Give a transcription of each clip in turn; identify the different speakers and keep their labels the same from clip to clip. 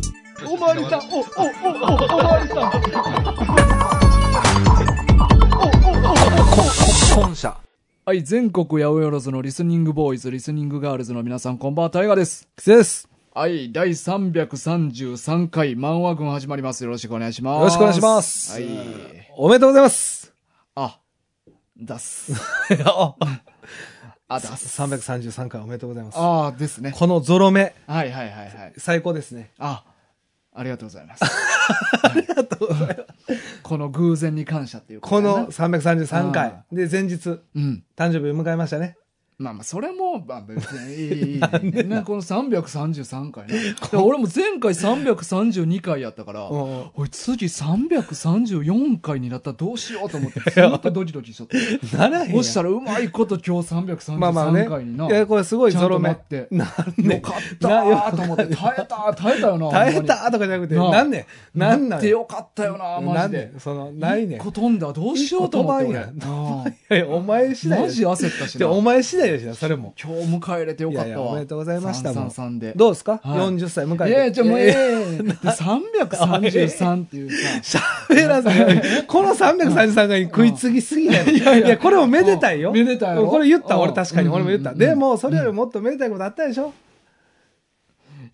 Speaker 1: まりさん、お、お、お、お、おまりさん。
Speaker 2: 本社。
Speaker 1: はい、全国八百万のリスニングボーイズ、リスニングガールズの皆さん、こんばんは、タイガです。
Speaker 2: くせです。
Speaker 1: はい、第333回、漫画軍始まります。よろしくお願いします。
Speaker 2: よろしくお願いします
Speaker 1: はい。
Speaker 2: おめでとうござい ます。
Speaker 1: あ、だっす。あ、 だっす。
Speaker 2: 333回おめでとうございます。
Speaker 1: あーですね。
Speaker 2: このゾロ目、
Speaker 1: はいはいはいはい。
Speaker 2: 最高ですね。
Speaker 1: あ、ありがとうござい ます。ありがとうございます。 この偶然に感謝っていう
Speaker 2: こ
Speaker 1: だ
Speaker 2: との
Speaker 1: な、
Speaker 2: 333回
Speaker 1: あ。
Speaker 2: で、前日、
Speaker 1: うん。
Speaker 2: 誕生日を迎えましたね。
Speaker 1: まあまあ、それも、まあ別にいい、いいいい、いいね この333回ね。で俺も前回332回やったから、
Speaker 2: うん
Speaker 1: おい、次334回になったらどうしようと思 って、ずっとドキドキしとって。
Speaker 2: ならへんやん
Speaker 1: そしたらうまいこと今日
Speaker 2: まあまあ
Speaker 1: 333
Speaker 2: ね
Speaker 1: 回にな。。
Speaker 2: いや、これすごい
Speaker 1: ちゃ
Speaker 2: ゾ
Speaker 1: んと
Speaker 2: ロ目
Speaker 1: 待っ。て。
Speaker 2: なるね
Speaker 1: よかったーと思って、耐えたー耐えたよな。
Speaker 2: 耐えたとかじゃなくて、
Speaker 1: なあ
Speaker 2: なんねん。な
Speaker 1: な
Speaker 2: んなんん
Speaker 1: てよかったよな、マ
Speaker 2: な
Speaker 1: ジ
Speaker 2: んね
Speaker 1: で
Speaker 2: ん。。その、ないねん。い
Speaker 1: ことんだ、どうしようと思って俺。
Speaker 2: いい こと
Speaker 1: なあ
Speaker 2: やいやお前次第
Speaker 1: マ
Speaker 2: や
Speaker 1: ジ
Speaker 2: し。
Speaker 1: 焦ったし
Speaker 2: じ
Speaker 1: な。
Speaker 2: ゃお
Speaker 1: 今
Speaker 2: 前次第やしな、それも。
Speaker 1: 日迎えれてよかっ
Speaker 2: いやい
Speaker 1: た
Speaker 2: や
Speaker 1: わ。
Speaker 2: おめでとうございましたもん
Speaker 1: 333で。
Speaker 2: どうですか
Speaker 1: はい
Speaker 2: ?40 歳迎え
Speaker 1: い
Speaker 2: て
Speaker 1: やいや、じゃあもうええ。で333っていうさ。
Speaker 2: 喋 らず、この333回に食いつぎすぎやねんい
Speaker 1: やいや
Speaker 2: や、これもめでたいよ。
Speaker 1: うんめでたいよ
Speaker 2: これ言った、
Speaker 1: うん
Speaker 2: 俺確かに。俺も言った。
Speaker 1: うん
Speaker 2: でも、それよりもっとめでたいことあったでしょ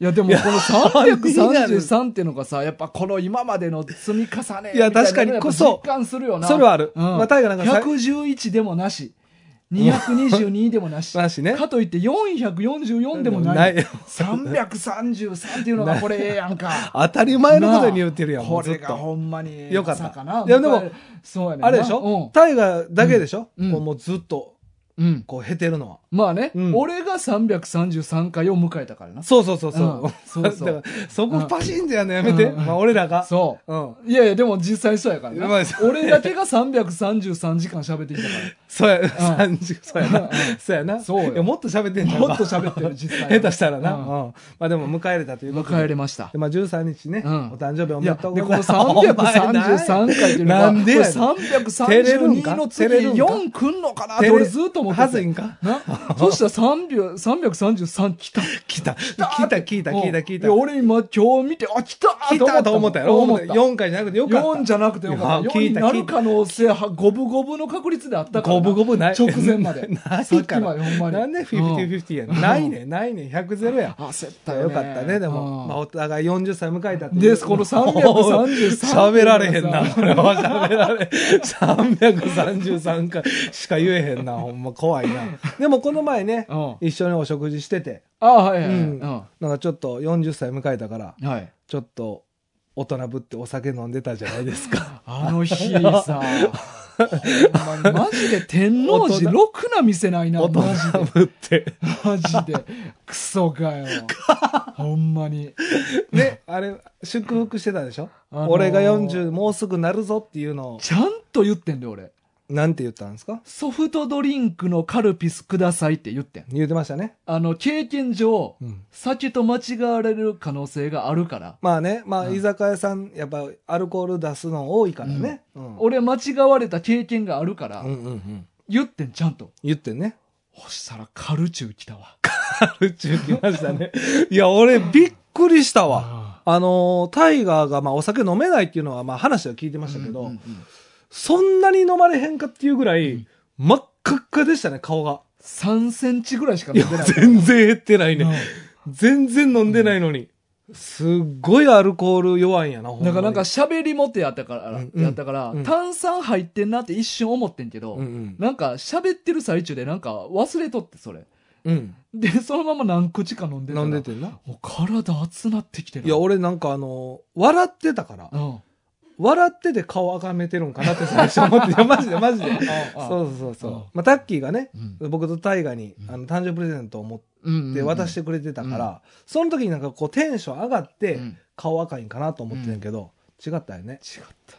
Speaker 1: いや、でもこの333っていうのがさ、やっぱこの今までの積み重ね。
Speaker 2: いや確かに
Speaker 1: こ
Speaker 2: そう
Speaker 1: 実感するよな。
Speaker 2: それはある
Speaker 1: うん
Speaker 2: まあ大河なんかさ
Speaker 1: 111でもなし。222でもなし。
Speaker 2: なしね
Speaker 1: かといって444でも
Speaker 2: な
Speaker 1: ないい。333っていうのがこれええやん か。
Speaker 2: 当たり前のことに言ってるやん、
Speaker 1: なあ
Speaker 2: も
Speaker 1: こ
Speaker 2: うず
Speaker 1: れ
Speaker 2: っ
Speaker 1: が
Speaker 2: と。
Speaker 1: ほんまに。
Speaker 2: よかった
Speaker 1: まさない
Speaker 2: やでも、
Speaker 1: そうやねんな
Speaker 2: あれでしょ
Speaker 1: う
Speaker 2: タイガーだけでしょ
Speaker 1: うん
Speaker 2: こうもうずっと、
Speaker 1: んうん。
Speaker 2: こう、減ってるのは。
Speaker 1: まあね、
Speaker 2: うん
Speaker 1: 俺が333回を迎えたからな。
Speaker 2: そうそうそう
Speaker 1: うん
Speaker 2: そ。
Speaker 1: そううそう
Speaker 2: だからそこパシンってやんのやめて。
Speaker 1: うん
Speaker 2: まあ、俺らが。。
Speaker 1: そう
Speaker 2: うん。
Speaker 1: う。いやいや、でも実際そうやからな
Speaker 2: まあそ。う
Speaker 1: 俺だけが333時間喋ってきたか
Speaker 2: そうや、30、そうやな。そうやな。
Speaker 1: そうよ
Speaker 2: いやもっと喋ってんじゃん
Speaker 1: もっと喋ってる実際は
Speaker 2: 下手したらな。
Speaker 1: う
Speaker 2: うんん。まあでも、迎えれたという
Speaker 1: ら。
Speaker 2: こと
Speaker 1: 迎
Speaker 2: で
Speaker 1: え。れました
Speaker 2: で。まあ、13日ね、
Speaker 1: うん
Speaker 2: お誕生日お
Speaker 1: い
Speaker 2: め
Speaker 1: や、
Speaker 2: で
Speaker 1: で、
Speaker 2: とう
Speaker 1: こ
Speaker 2: ご
Speaker 1: の
Speaker 2: ざいます。
Speaker 1: 333回っていうのが、
Speaker 2: なんで
Speaker 1: こ
Speaker 2: や
Speaker 1: れ
Speaker 2: ねん照れるん
Speaker 1: 332
Speaker 2: か
Speaker 1: の
Speaker 2: 照れ
Speaker 1: 次
Speaker 2: るんか
Speaker 1: 4くんのかなって俺ずっと思ってて。
Speaker 2: はずいんか
Speaker 1: なそしたら300 333来た。
Speaker 2: 来た。来た、聞いた、聞いた、聞い
Speaker 1: うんで
Speaker 2: た。
Speaker 1: 俺今今日見て、あ、来た
Speaker 2: 来たと思ったやろ
Speaker 1: 思った。
Speaker 2: 4回じゃなくてよかった。
Speaker 1: 4じゃなくてよかった。
Speaker 2: いや
Speaker 1: 4
Speaker 2: 聞い
Speaker 1: に
Speaker 2: た
Speaker 1: なる可能性は、五分五分の確率であったからな。
Speaker 2: 五分五分ない。
Speaker 1: 直前まで
Speaker 2: な
Speaker 1: さっ
Speaker 2: い
Speaker 1: き
Speaker 2: か
Speaker 1: ま
Speaker 2: ら。
Speaker 1: でほんまに。
Speaker 2: なんで
Speaker 1: うん
Speaker 2: 50-50やねんないねん、ないねん、100-0や。
Speaker 1: 焦ったよ
Speaker 2: よ
Speaker 1: ね。
Speaker 2: かったね、でも。
Speaker 1: うん
Speaker 2: まあ、お互い40歳迎えたっていう
Speaker 1: ですこの333
Speaker 2: 喋られへんな、これは喋られ。333回しか言えへんな、ほんま怖いな。でもこの前ね
Speaker 1: う、
Speaker 2: 一緒にお食事してて、
Speaker 1: あ、はいはいは
Speaker 2: う
Speaker 1: い。
Speaker 2: ん
Speaker 1: うん
Speaker 2: なんかちょっと40歳迎えたから、
Speaker 1: はい。
Speaker 2: ちょっと大人ぶってお酒飲んでたじゃないです か。
Speaker 1: あの日さ、ほんまにマジで天王寺
Speaker 2: 大人
Speaker 1: ろくな店ないな、
Speaker 2: 大
Speaker 1: マジ
Speaker 2: 人
Speaker 1: で。
Speaker 2: ぶって。
Speaker 1: マジで。クソかよ。ほんまに。
Speaker 2: ね、あれ、祝福してたでしょ、
Speaker 1: あのー
Speaker 2: 俺が40、もうすぐなるぞっていうのを、
Speaker 1: ちゃんと言ってんで、俺。
Speaker 2: なんて言ったんですか
Speaker 1: ソフトドリンクのカルピスくださいって言ってん。
Speaker 2: 言ってましたね。
Speaker 1: あの、経験上、
Speaker 2: うん
Speaker 1: 酒と間違われる可能性があるから、
Speaker 2: まあね、まあ、
Speaker 1: うん
Speaker 2: 居酒屋さん、やっぱ、アルコール出すの多いからね。うん。
Speaker 1: 俺間違われた経験があるから、
Speaker 2: うんうんうん。
Speaker 1: 言ってん、ちゃんと。
Speaker 2: 言って ね。
Speaker 1: ほしたらカルチュー来たわ。
Speaker 2: 宇宙来ましたね。 いや、俺、びっくりしたわ。
Speaker 1: あ
Speaker 2: あのー、タイガーが、まあ、お酒飲めないっていうのは、まあ、話は聞いてましたけど、そんなに飲まれへんかっていうぐらい、真っ赤っかでしたね、顔が。
Speaker 1: 3センチぐらいしか
Speaker 2: い
Speaker 1: 飲
Speaker 2: や
Speaker 1: んでな、い。
Speaker 2: 全然減ってないね。
Speaker 1: う
Speaker 2: 全然飲んでないのに。すっごいアルコール弱いんやな、ほ
Speaker 1: ん
Speaker 2: んま
Speaker 1: だ
Speaker 2: に
Speaker 1: からなんか、喋りもてやったから、
Speaker 2: うんうん
Speaker 1: やったから、
Speaker 2: うん
Speaker 1: 炭酸入ってんなって一瞬思ってんけど、
Speaker 2: うんうん。
Speaker 1: なんか喋ってる最中でなんか忘れとって、それ。
Speaker 2: うん。
Speaker 1: で、そのまま何口か飲んでたら
Speaker 2: 飲んでてんな。
Speaker 1: もう体熱なってきてる。
Speaker 2: いや、俺なんかあの、笑ってたから
Speaker 1: う、ん。
Speaker 2: 笑ってて顔あがめてるんかなって 最初思って、いや、マジでマジで。
Speaker 1: う。
Speaker 2: そうそうそうそう
Speaker 1: うん。
Speaker 2: まあ、タッキーがね、
Speaker 1: うん
Speaker 2: 僕とタイガーに
Speaker 1: う、ん
Speaker 2: あの、誕生日プレゼントを持っ
Speaker 1: うん
Speaker 2: て渡してくれてたから、その時になんかこう、テンション上がって
Speaker 1: うん、
Speaker 2: 顔赤いんかなと思ってんやけど、違ったよね。
Speaker 1: 違った。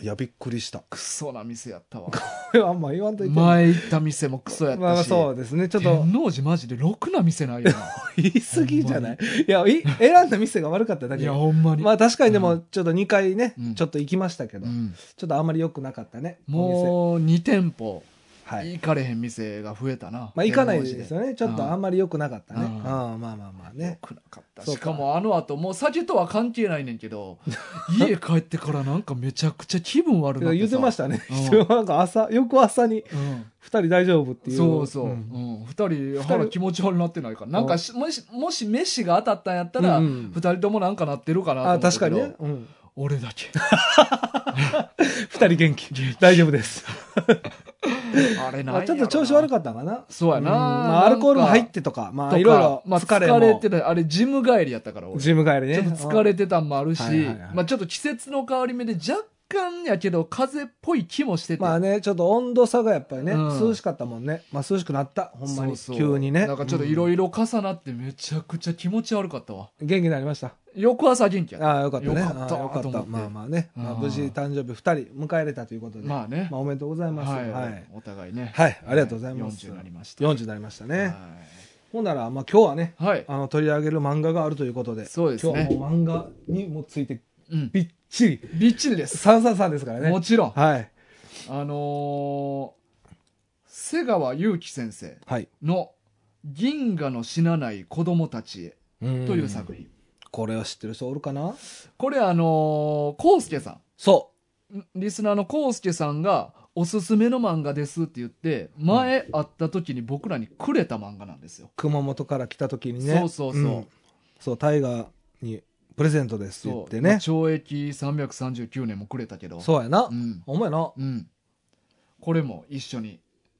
Speaker 2: いや、びっくりした。
Speaker 1: クソな店やったわ。
Speaker 2: あんま言わんといて。
Speaker 1: 前行った店もクソやったし。
Speaker 2: まあ、そうですね。ちょっと、
Speaker 1: 天王寺マジでろくな店 ないよな。
Speaker 2: 言い過ぎじゃないいや、い選んだ店が悪かっただ
Speaker 1: い
Speaker 2: け
Speaker 1: や、。ほんまに。
Speaker 2: まあ確かにでも、ちょっと2回ね
Speaker 1: うん、
Speaker 2: ちょっと行きましたけど
Speaker 1: う、ん
Speaker 2: ちょっとあんまり良くなかったね。お
Speaker 1: もう2店舗
Speaker 2: 店はい。
Speaker 1: 行かれへん店が増えたな。
Speaker 2: まあ、行かないですよね。ちょっとあん
Speaker 1: ま
Speaker 2: まり良くなかったね。
Speaker 1: う
Speaker 2: うんん、まあまあまあね。
Speaker 1: くなかった。
Speaker 2: そう
Speaker 1: し
Speaker 2: か
Speaker 1: かもあの後、もう酒とは関係ないねんけ ど、家帰ってからなんかめちゃくちゃ気分悪なって。
Speaker 2: 言ってましたたね
Speaker 1: う。
Speaker 2: なんか朝、翌朝に、
Speaker 1: うん
Speaker 2: 二人大丈夫っていう。
Speaker 1: そうそう、うんん2人腹気持ち悪なってないかなんかしもしもしメッシが当たったんやったら、
Speaker 2: う
Speaker 1: 二
Speaker 2: んうん
Speaker 1: 2人ともなんかなってるかなと思
Speaker 2: あ、
Speaker 1: った
Speaker 2: 確
Speaker 1: け
Speaker 2: か
Speaker 1: ど
Speaker 2: にね。うん。
Speaker 1: 俺だ け
Speaker 2: 二人元気。大丈夫です。
Speaker 1: あれなん
Speaker 2: まあちょっと調子悪
Speaker 1: か
Speaker 2: かったかな。
Speaker 1: そうやな
Speaker 2: うんまあ、アルコールも入ってとか、まあ、いろいろ、
Speaker 1: まあ、
Speaker 2: 疲
Speaker 1: 疲
Speaker 2: れも。
Speaker 1: れてないあれジム帰りやったから俺、
Speaker 2: ジム帰りね。
Speaker 1: ちょっと疲れてたんもあるし、
Speaker 2: はいはいはい
Speaker 1: まあ、ちょっと季節の変わり目で若干やけど風邪っぽい気もしてて、
Speaker 2: まあね、ちょっと温度差がやっぱりね、
Speaker 1: うん
Speaker 2: 涼しかったもんね。まあ涼しくなった、ほんまに。
Speaker 1: そうそう
Speaker 2: 急にね。
Speaker 1: なんかちょっといろいろ重なってめちゃくちゃ気持ち悪かったわ
Speaker 2: うん元気になりました。
Speaker 1: 翌朝元気やった
Speaker 2: ああ、よかったね。
Speaker 1: よかった
Speaker 2: ああよか
Speaker 1: と思
Speaker 2: った。
Speaker 1: って
Speaker 2: まあまあね。まあ、
Speaker 1: うん
Speaker 2: 無事誕生日2人迎えれたということで。ま
Speaker 1: まあね、
Speaker 2: あおめでとうございます。は。
Speaker 1: はいい、
Speaker 2: はい、
Speaker 1: お互いね
Speaker 2: ありがとうございます。
Speaker 1: 40になりました
Speaker 2: 40になりましたね。
Speaker 1: は
Speaker 2: ほんなら、まあ今日はね、
Speaker 1: い、はい
Speaker 2: あの取り上げる漫画があるということで。
Speaker 1: そうですね
Speaker 2: 今日はもう漫画にもついて、
Speaker 1: うん、
Speaker 2: びっちり、
Speaker 1: びっちりです
Speaker 2: さんさんさんですからね
Speaker 1: も。ちろん
Speaker 2: はい。
Speaker 1: あのー瀬川祐樹先生
Speaker 2: はい。
Speaker 1: の「銀河の死なない子供たちへ」
Speaker 2: と
Speaker 1: という作。品、
Speaker 2: これを知ってる人おるかな
Speaker 1: これあのー、康介さ
Speaker 2: そ
Speaker 1: んリスナーの康介さんが「おすすめの漫画です」って言って前会った時に僕らにくれた漫画なんですよ
Speaker 2: う。、熊本から来た時にね。
Speaker 1: そうそうそう、
Speaker 2: んそう、タイガーにプレゼントですって
Speaker 1: そ
Speaker 2: 言
Speaker 1: う
Speaker 2: って
Speaker 1: まあ
Speaker 2: ね。
Speaker 1: 懲役339年もくれたけど
Speaker 2: そうやな
Speaker 1: う。ん
Speaker 2: お前な。
Speaker 1: うん、これも一緒に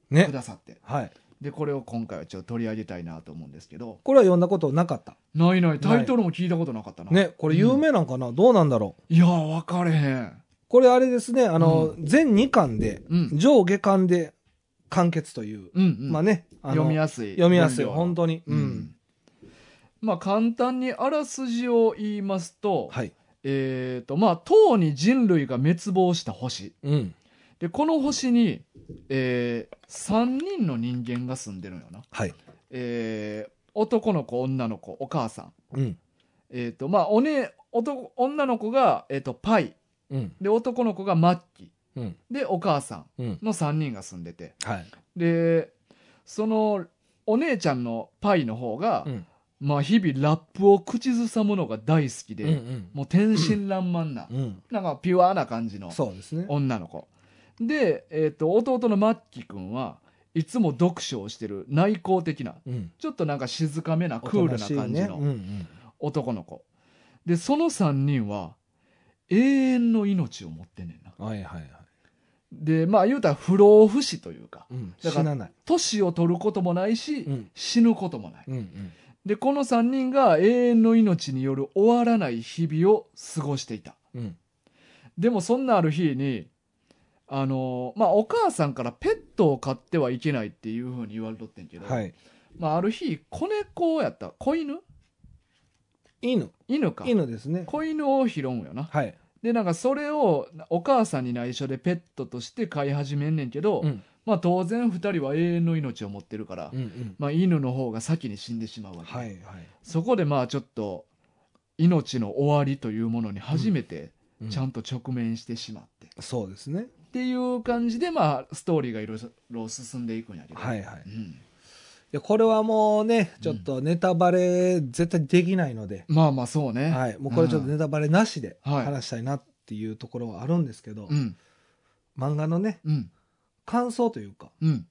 Speaker 1: く
Speaker 2: ね。
Speaker 1: ださって
Speaker 2: はい。
Speaker 1: でこれを今回はちょっと取り上げたいなと思うんですけど
Speaker 2: これは読んだことなかった。
Speaker 1: ないないタイトルも聞いたことなかったな、
Speaker 2: ね。これ有名なんかな、どうなんだろう。
Speaker 1: いやー分かれへん
Speaker 2: これあれですね、あの、全2巻で、
Speaker 1: うん
Speaker 2: 上下巻で完結という。
Speaker 1: うんうん、
Speaker 2: まあね。あの
Speaker 1: 読みやすい
Speaker 2: 読みやす
Speaker 1: 分
Speaker 2: い。
Speaker 1: 量
Speaker 2: 本当に。う。
Speaker 1: うんんまあ簡単にあらすじを言いますと、
Speaker 2: はい。
Speaker 1: えっ、とまあとうに人類が滅亡した星
Speaker 2: うん。
Speaker 1: でこの星に、え3人の人間が住んでるんよな、
Speaker 2: はい。
Speaker 1: えー男の子女の子お母さん
Speaker 2: うん。
Speaker 1: えっ、とまあお、ね、男女の子が、えー、とパイ
Speaker 2: うん。
Speaker 1: で男の子がマッキー
Speaker 2: うん。
Speaker 1: でお母さ
Speaker 2: うん
Speaker 1: ん。の3人が住んでて
Speaker 2: はい。
Speaker 1: でそのお姉ちゃんのパイの方が、
Speaker 2: うん。
Speaker 1: まあ、日々ラップを口ずさむのが大好きで、
Speaker 2: うん。
Speaker 1: もう天真爛漫な、
Speaker 2: うん。
Speaker 1: なんかピュアな感じの
Speaker 2: そうですね。
Speaker 1: 女の子で、えっと弟のマッキーくんはいつも読書をしてる内向的な
Speaker 2: うん。
Speaker 1: ちょっとなんか静かめなクールな感じ
Speaker 2: おとなしいね
Speaker 1: の
Speaker 2: うんうん。
Speaker 1: 男の子でその3人は永遠の命を持ってんねんな
Speaker 2: はいはいはい。
Speaker 1: でまあ言うたら不老不死というか
Speaker 2: うん。
Speaker 1: だ
Speaker 2: 死
Speaker 1: から
Speaker 2: なない。
Speaker 1: 年を取ることもないし、
Speaker 2: うん。
Speaker 1: 死ぬこともない
Speaker 2: うんうん。
Speaker 1: でこの3人が永遠の命による終わらない日々を過ごしていた
Speaker 2: うん。
Speaker 1: でもそんなある日にあのまあお母さんからペットを飼ってはいけないっていうふうに言われとってんけど、
Speaker 2: はい。
Speaker 1: まあ、ある日子猫やった子犬
Speaker 2: 犬。
Speaker 1: 犬か
Speaker 2: 犬ですね。
Speaker 1: 子犬を拾うんよな
Speaker 2: はい。
Speaker 1: でなんかそれをお母さんに内緒でペットとして飼い始めんねんけど、
Speaker 2: うん。
Speaker 1: まあ当然2人は永遠の命を持ってるから、
Speaker 2: うんうん。
Speaker 1: まあ、犬の方が先に死んでしまうわけ、
Speaker 2: はいはい。
Speaker 1: そこでまあちょっと命の終わりというものに初めて
Speaker 2: うん
Speaker 1: ちゃんと直面してしまって、
Speaker 2: そうですね。
Speaker 1: っていう感じでまあストーリーがいろいろ進んでいくんやけど、
Speaker 2: はいはい。
Speaker 1: う
Speaker 2: い
Speaker 1: ん
Speaker 2: や、これはもうね、
Speaker 1: ん
Speaker 2: ちょっとネタバレ絶対できないので、
Speaker 1: まあまあそうね、
Speaker 2: はい。もうこれちょっとネタバレなしで
Speaker 1: はい
Speaker 2: 話したいなっていうところはあるんですけど
Speaker 1: う、ん
Speaker 2: 漫画のね、
Speaker 1: うん
Speaker 2: 感想というか、
Speaker 1: うん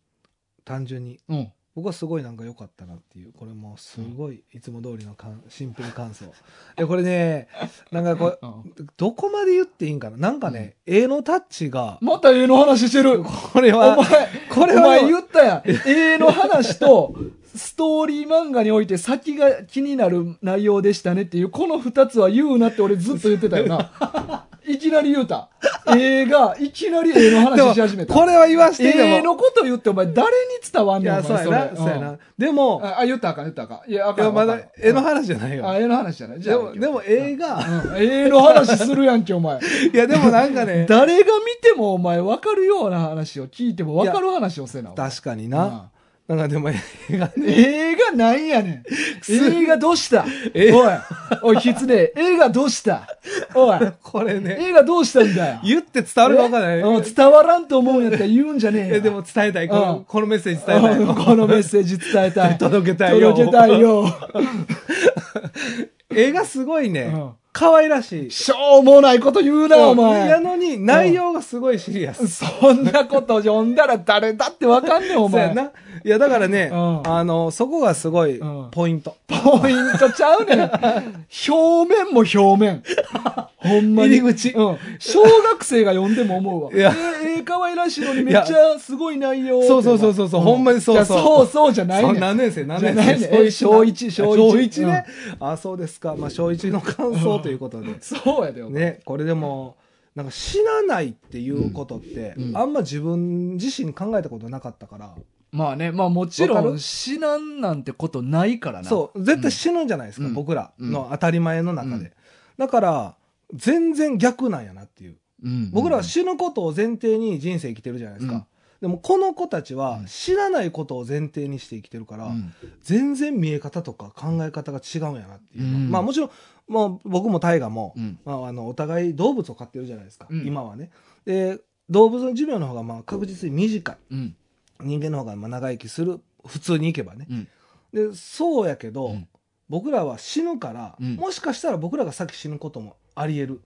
Speaker 2: 単純に。
Speaker 1: うん
Speaker 2: 僕はすごいなんか良かったなっていう、これもうすごいいつも通りの感シンプル感想。 いや、これね、なんかこ
Speaker 1: うん
Speaker 2: れ、 どこまで言っていいんかななんかね、絵のタッチが、
Speaker 1: また絵の話してる
Speaker 2: これ
Speaker 1: お
Speaker 2: は、
Speaker 1: 前
Speaker 2: これ
Speaker 1: お
Speaker 2: は
Speaker 1: 前言った やん。絵の話と、ストーリー漫画において先が気になる内容でしたねっていう、この二つは言うなって俺ずっと言ってたよな。 いきなり言うた。映画、いきなり絵の
Speaker 2: で
Speaker 1: 話
Speaker 2: も
Speaker 1: し始めた。
Speaker 2: これは言わしてでも。
Speaker 1: 絵のこと言ってお前誰に伝わん
Speaker 2: い
Speaker 1: のお
Speaker 2: や、
Speaker 1: 前
Speaker 2: そうや
Speaker 1: れ
Speaker 2: な、そうや
Speaker 1: ん
Speaker 2: な。でも、
Speaker 1: あ、あ言ったらあかん、言ったらあかん。いや、あ
Speaker 2: い
Speaker 1: かん
Speaker 2: や、
Speaker 1: わ。
Speaker 2: まだ絵の
Speaker 1: 話。
Speaker 2: 話じゃないよ。
Speaker 1: あ、絵の話じゃない。じゃ
Speaker 2: で
Speaker 1: あ
Speaker 2: も、でも、映画、
Speaker 1: うん絵の話するやんけ、お前。
Speaker 2: いや、でもなんか ね、
Speaker 1: 誰が見てもお前分かるような話を聞いても分かる話をせな。お前
Speaker 2: 確かにな。なんかでも映画ね、
Speaker 1: 映画なんやねん。映画どうした
Speaker 2: え
Speaker 1: おい、おい、キツネ、映画どうしたおい、
Speaker 2: これね、
Speaker 1: 映画どうしたんだよ。
Speaker 2: 言って伝わるか分から
Speaker 1: え
Speaker 2: な
Speaker 1: う
Speaker 2: い
Speaker 1: ん。伝わらんと思うんやったら言うんじゃねえよ。
Speaker 2: えでも伝えたい。こ
Speaker 1: うん
Speaker 2: のこのメッセージ伝えたい。
Speaker 1: うんこのメッセージ伝えたい。
Speaker 2: 届けたいよ
Speaker 1: 届けたいよ。
Speaker 2: 映画すごいうね
Speaker 1: ん、
Speaker 2: 可愛らしい。
Speaker 1: しょうもないこと言うな、お
Speaker 2: や
Speaker 1: 前。
Speaker 2: のに、内容がすごいシリアス。
Speaker 1: そんなこと読んだら誰だってわかんねえ、お
Speaker 2: そうや
Speaker 1: 前。
Speaker 2: な。いや、だからね、
Speaker 1: うん
Speaker 2: あの、そこがすごい
Speaker 1: うん
Speaker 2: ポイント。
Speaker 1: ポイントちゃうねん。表面も表面。ほんまに。
Speaker 2: 入り口
Speaker 1: うん。小学生が読んでも思うわ。
Speaker 2: いや
Speaker 1: ええ、可愛らしいのにめっちゃすごい内容。
Speaker 2: そうそうそうそうそうほんまにそうそう
Speaker 1: いやそうそうじゃない
Speaker 2: そう
Speaker 1: ねん。
Speaker 2: 何年生何
Speaker 1: じゃ
Speaker 2: 年
Speaker 1: ないね
Speaker 2: 生そういう
Speaker 1: 小一小一
Speaker 2: 小一ね。あ、そうですか。まあ、小一の感想ということで。
Speaker 1: そうやで、お前
Speaker 2: ね、これでも、なんか死なないっていうことって、
Speaker 1: うんうん
Speaker 2: あんま自分自身考えたことなかったから、
Speaker 1: まあね、まあもちろ
Speaker 2: わか
Speaker 1: ん
Speaker 2: る
Speaker 1: 死なんなんてことないからな。
Speaker 2: そう、絶対死ぬんじゃないですか、
Speaker 1: うん
Speaker 2: 僕ら
Speaker 1: うん
Speaker 2: の当たり前の中で。
Speaker 1: うん
Speaker 2: だから、全然逆なんやなっていう。
Speaker 1: うん。うん
Speaker 2: 僕らは死ぬことを前提に人生生きてるじゃないですか。
Speaker 1: うん
Speaker 2: でもこの子たちは
Speaker 1: うん
Speaker 2: 知らないことを前提にして生きてるから、
Speaker 1: うん
Speaker 2: 全然見え方とか考え方が違うんやなっていう
Speaker 1: う
Speaker 2: か、
Speaker 1: ん
Speaker 2: まあもちろん、もう僕も大河も、
Speaker 1: うん。
Speaker 2: まあ、あのお互い動物を飼ってるじゃないですか、
Speaker 1: うん
Speaker 2: 今はねで動物の寿命の方がまあ確実に短い
Speaker 1: うん。
Speaker 2: 人間の方がまあ長生きする普通にいけばね
Speaker 1: うん。
Speaker 2: でそうやけど、
Speaker 1: うん
Speaker 2: 僕らは死ぬから、
Speaker 1: うん
Speaker 2: もしかしたら僕らが先死ぬこともあり得る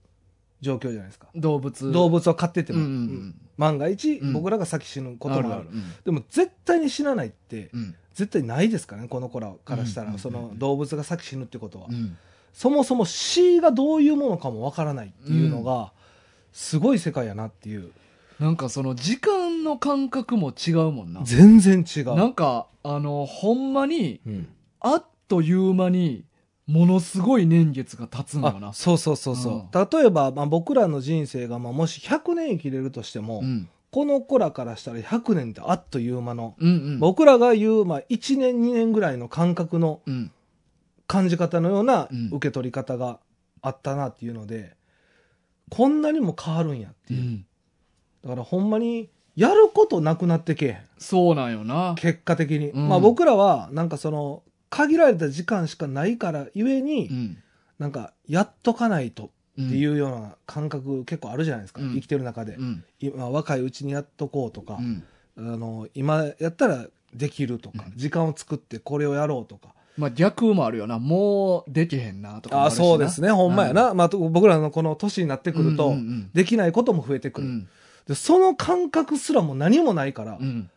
Speaker 2: 状況じゃないですか、
Speaker 1: 動物。
Speaker 2: 動物を飼ってて
Speaker 1: うん
Speaker 2: も、
Speaker 1: うん
Speaker 2: 万が一、
Speaker 1: うん
Speaker 2: 僕らが先死ぬ
Speaker 1: う
Speaker 2: こ
Speaker 1: ん。
Speaker 2: ともあるでも絶対に死なないって、
Speaker 1: うん。
Speaker 2: 絶対ないですからねこの子らからしたら、
Speaker 1: うん
Speaker 2: その動物が先死ぬってことは、
Speaker 1: うん。
Speaker 2: そもそも死がどういうものかもわからないっていうのが、すごい世界やなっていう。
Speaker 1: なんかその時間の感覚も違うもんな。
Speaker 2: 全然違
Speaker 1: な
Speaker 2: う。
Speaker 1: んか、あの、ほんまに、
Speaker 2: うん
Speaker 1: あっという間に、ものすごい年月が経つんだよな
Speaker 2: あ。そうそうそうそう。例えば、まあ、僕らの人生が、まあ、もし100年生きれるとしても、
Speaker 1: うん。
Speaker 2: この子らからしたら100年ってあっという間の、
Speaker 1: うんうん。
Speaker 2: 僕らが言う、まあ、1年2年ぐらいの感覚の
Speaker 1: うん。
Speaker 2: 感じ方のような
Speaker 1: うん
Speaker 2: 受け取り方があったなっていうので、こんなにも変わるんやって
Speaker 1: う
Speaker 2: いう。
Speaker 1: ん。
Speaker 2: だからほんまに、やることなくなってけえへん。
Speaker 1: そうなんよな。
Speaker 2: 結果的に、
Speaker 1: うん
Speaker 2: まあ僕らはなんかその限られた時間しかないからゆえに、
Speaker 1: うん。
Speaker 2: なんかやっとかないと
Speaker 1: っ。
Speaker 2: っていううような感覚結構あるじゃないですか、
Speaker 1: うん
Speaker 2: 生きてる中で、
Speaker 1: うん。
Speaker 2: 今若いうちにやっとこうとか
Speaker 1: う、ん。
Speaker 2: あの今やったらできるとか、
Speaker 1: うん
Speaker 2: 時間を作ってこれをやろうとか、
Speaker 1: まあ逆もあるよな。もうできへんなとかも
Speaker 2: あ
Speaker 1: る
Speaker 2: あ
Speaker 1: しな。
Speaker 2: そうですねほんまやな、まあ、と僕らのこの年になって
Speaker 1: う
Speaker 2: く
Speaker 1: ん。
Speaker 2: ると、
Speaker 1: うんうん
Speaker 2: できないことも増えて
Speaker 1: う
Speaker 2: くる、
Speaker 1: ん。
Speaker 2: でその感覚すらも何もないから、
Speaker 1: うん。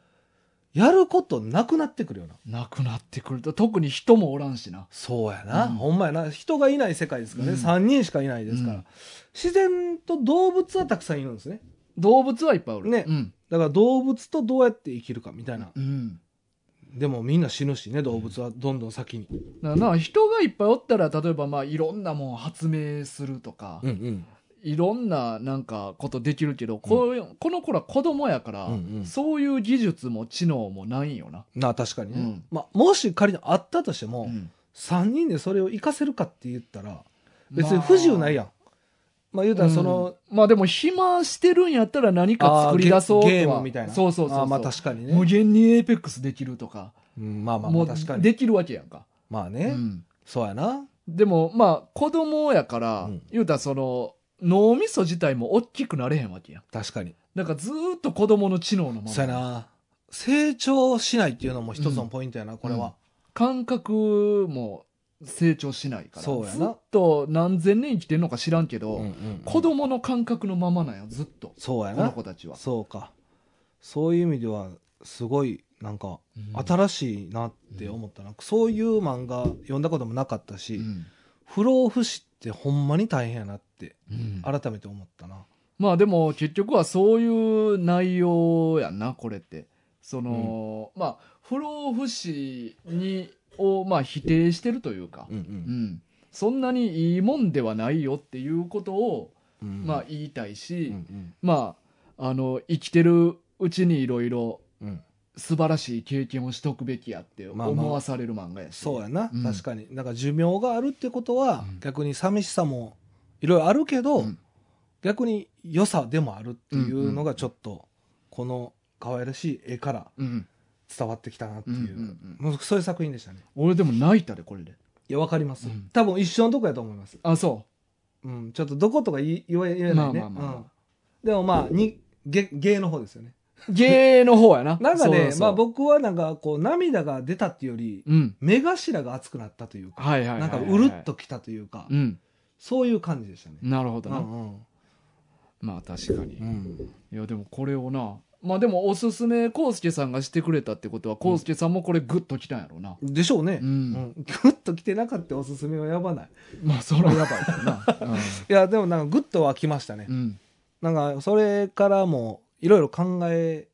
Speaker 2: やることなくなってくるよな
Speaker 1: なくなってくると、特に人もおらんしな。
Speaker 2: そうやな、
Speaker 1: うん
Speaker 2: ほんまやな人がいない世界ですからね、
Speaker 1: うん
Speaker 2: 3人しかいないですから、
Speaker 1: うん
Speaker 2: 自然と動物はたくさんいるんですね
Speaker 1: 動物はいっぱいおる。
Speaker 2: ね
Speaker 1: うん。
Speaker 2: だから動物とどうやって生きるかみたいな、
Speaker 1: うん。
Speaker 2: でもみんな死ぬしね動物はどんどん先に、
Speaker 1: だからな人がいっぱいおったら例えばまあいろんなもん発明するとか、いろんななんかことできるけど、こうこの頃は子供やから、
Speaker 2: うんうん
Speaker 1: そういう技術も知能もないんよな。
Speaker 2: なあ確かにね、
Speaker 1: うん
Speaker 2: まあ、もし仮にあったとしても、
Speaker 1: うん
Speaker 2: 3人でそれを活かせるかって言ったら別に不自由ないやん、まあ、言うたらその、
Speaker 1: うんまあでも暇してるんやったら何か作り出そうと
Speaker 2: あ
Speaker 1: は
Speaker 2: ーゲゲームみたいな
Speaker 1: そうそうそうそう
Speaker 2: あーまあ確かに
Speaker 1: 無
Speaker 2: ね、
Speaker 1: 限にエーペックスできるとか、
Speaker 2: うんまあまあ
Speaker 1: も
Speaker 2: まあ
Speaker 1: う
Speaker 2: 確かに
Speaker 1: できるわけやんか。
Speaker 2: まあ
Speaker 1: う
Speaker 2: ね、
Speaker 1: ん
Speaker 2: そうやな
Speaker 1: でもまあ子供やから、
Speaker 2: うん
Speaker 1: 言うたらその脳みそ自体も大きくなれへんわけやん。
Speaker 2: 確かに
Speaker 1: だからずーっと子供の知能のまま。
Speaker 2: そうやな成長しないっていうのも一つのポイントやな、これは、
Speaker 1: 感覚も成長しないから
Speaker 2: そうやな
Speaker 1: ずっと何千年生きてるのか知らんけど、子
Speaker 2: 子供
Speaker 1: 供の感覚のままなんよずっと
Speaker 2: そうや
Speaker 1: この
Speaker 2: な
Speaker 1: 子たちは、
Speaker 2: そうかそういう意味ではすごいなんか新しいなって思ったな、そういう漫画読んだこともなかったし、
Speaker 1: うん
Speaker 2: 不老不死ってほんまに大変やなって
Speaker 1: うん
Speaker 2: 改めて思ったな、
Speaker 1: まあでも結局はそういう内容やんなこれってその、まあ不老不死にをまあ否定してるというか、
Speaker 2: うん
Speaker 1: うんそんなにいいもんではないよっていうことを、まあ、言いたいし、
Speaker 2: うん
Speaker 1: まああの生きてるうちにいろいろ
Speaker 2: うんうん
Speaker 1: 素晴らしい経験をしとくべきやって
Speaker 2: まあまあ
Speaker 1: 思わされる漫画やし、
Speaker 2: そうやな、
Speaker 1: うん
Speaker 2: 確かになんか寿命があるってことは、
Speaker 1: うん
Speaker 2: 逆に寂しさもいろいろあるけど、
Speaker 1: うん
Speaker 2: 逆に良さでもあるっていうのがちょっとこの可愛らしい絵から
Speaker 1: うん
Speaker 2: 伝わってきたなっていう、
Speaker 1: うんうん
Speaker 2: もうそういう作品でしたね
Speaker 1: 俺でも泣いたでこれで
Speaker 2: いやわかります、
Speaker 1: うん
Speaker 2: 多分一緒のとこやと思います
Speaker 1: あそ
Speaker 2: うん、ちょっとどことか言い言え言えないね。
Speaker 1: まあまあまあまあ
Speaker 2: うんでもまあ、に、げ、芸の方ですよね。
Speaker 1: 芸の方やな。
Speaker 2: なんか
Speaker 1: そう
Speaker 2: ね
Speaker 1: そう、そう
Speaker 2: まあ、僕はなんかこう、涙が出たっていうより、
Speaker 1: うん。
Speaker 2: 目頭が熱くなったというか、
Speaker 1: はいはいはいは
Speaker 2: なん
Speaker 1: い
Speaker 2: か
Speaker 1: はいう
Speaker 2: るっときたというか
Speaker 1: う、ん。
Speaker 2: そういう感じでしたね。
Speaker 1: なるほど
Speaker 2: うん
Speaker 1: な。
Speaker 2: うん
Speaker 1: まあ確かに。
Speaker 2: うん
Speaker 1: いやでもこれをな。まあでもおすすめ、コウスケさんがしてくれたってことは、コウスケさんもこれグッときたんやろうな。
Speaker 2: でしょうね。
Speaker 1: う
Speaker 2: うんんグッと来てなかったおすすめはやばない。
Speaker 1: まあそれはやばいからな。
Speaker 2: いや、でもなんかグッとは来ましたね
Speaker 1: う。ん。
Speaker 2: なんか、それからも、いろいろ考え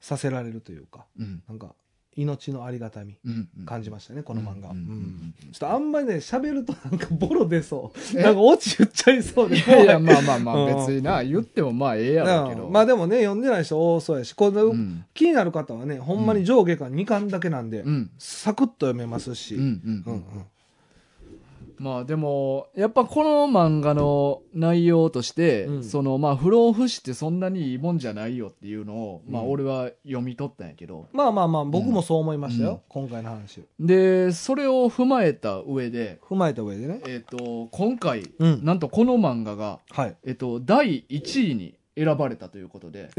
Speaker 2: させられるというか、
Speaker 1: うん。
Speaker 2: なんか、命のありがたみ
Speaker 1: うん。うん
Speaker 2: 感じましたね、この漫画。
Speaker 1: う
Speaker 2: うん
Speaker 1: うん
Speaker 2: んちょっとあんまりね、喋るとなんかボロ出そう。
Speaker 1: え
Speaker 2: なんかオチ言っちゃいそうで。
Speaker 1: いやいや、まあまあまあ、
Speaker 2: うん
Speaker 1: 別にな、言ってもまあええやろうけど。
Speaker 2: うんまあでもね、読んでない人多そうやし、この
Speaker 1: うん
Speaker 2: 気になる方はね、ほんまに上下巻2巻だけなんで、
Speaker 1: うん。
Speaker 2: サクッと読めますし。
Speaker 1: うんうん
Speaker 2: う
Speaker 1: うん
Speaker 2: うんん
Speaker 1: まあでも、やっぱこの漫画の内容として、
Speaker 2: うん
Speaker 1: そのまあ不老不死ってそんなにいいもんじゃないよっていうのを、まあ
Speaker 2: うん
Speaker 1: 俺は読み取ったんやけど、
Speaker 2: まあまあまあ、僕もそう思いましたよ、今回の話を。
Speaker 1: で、それを踏まえた上で、
Speaker 2: 踏まえた上でね。
Speaker 1: えっ、と、今回、
Speaker 2: うん。
Speaker 1: なんとこの漫画が、
Speaker 2: はい。
Speaker 1: えっ、と、第1位に選ばれたということで、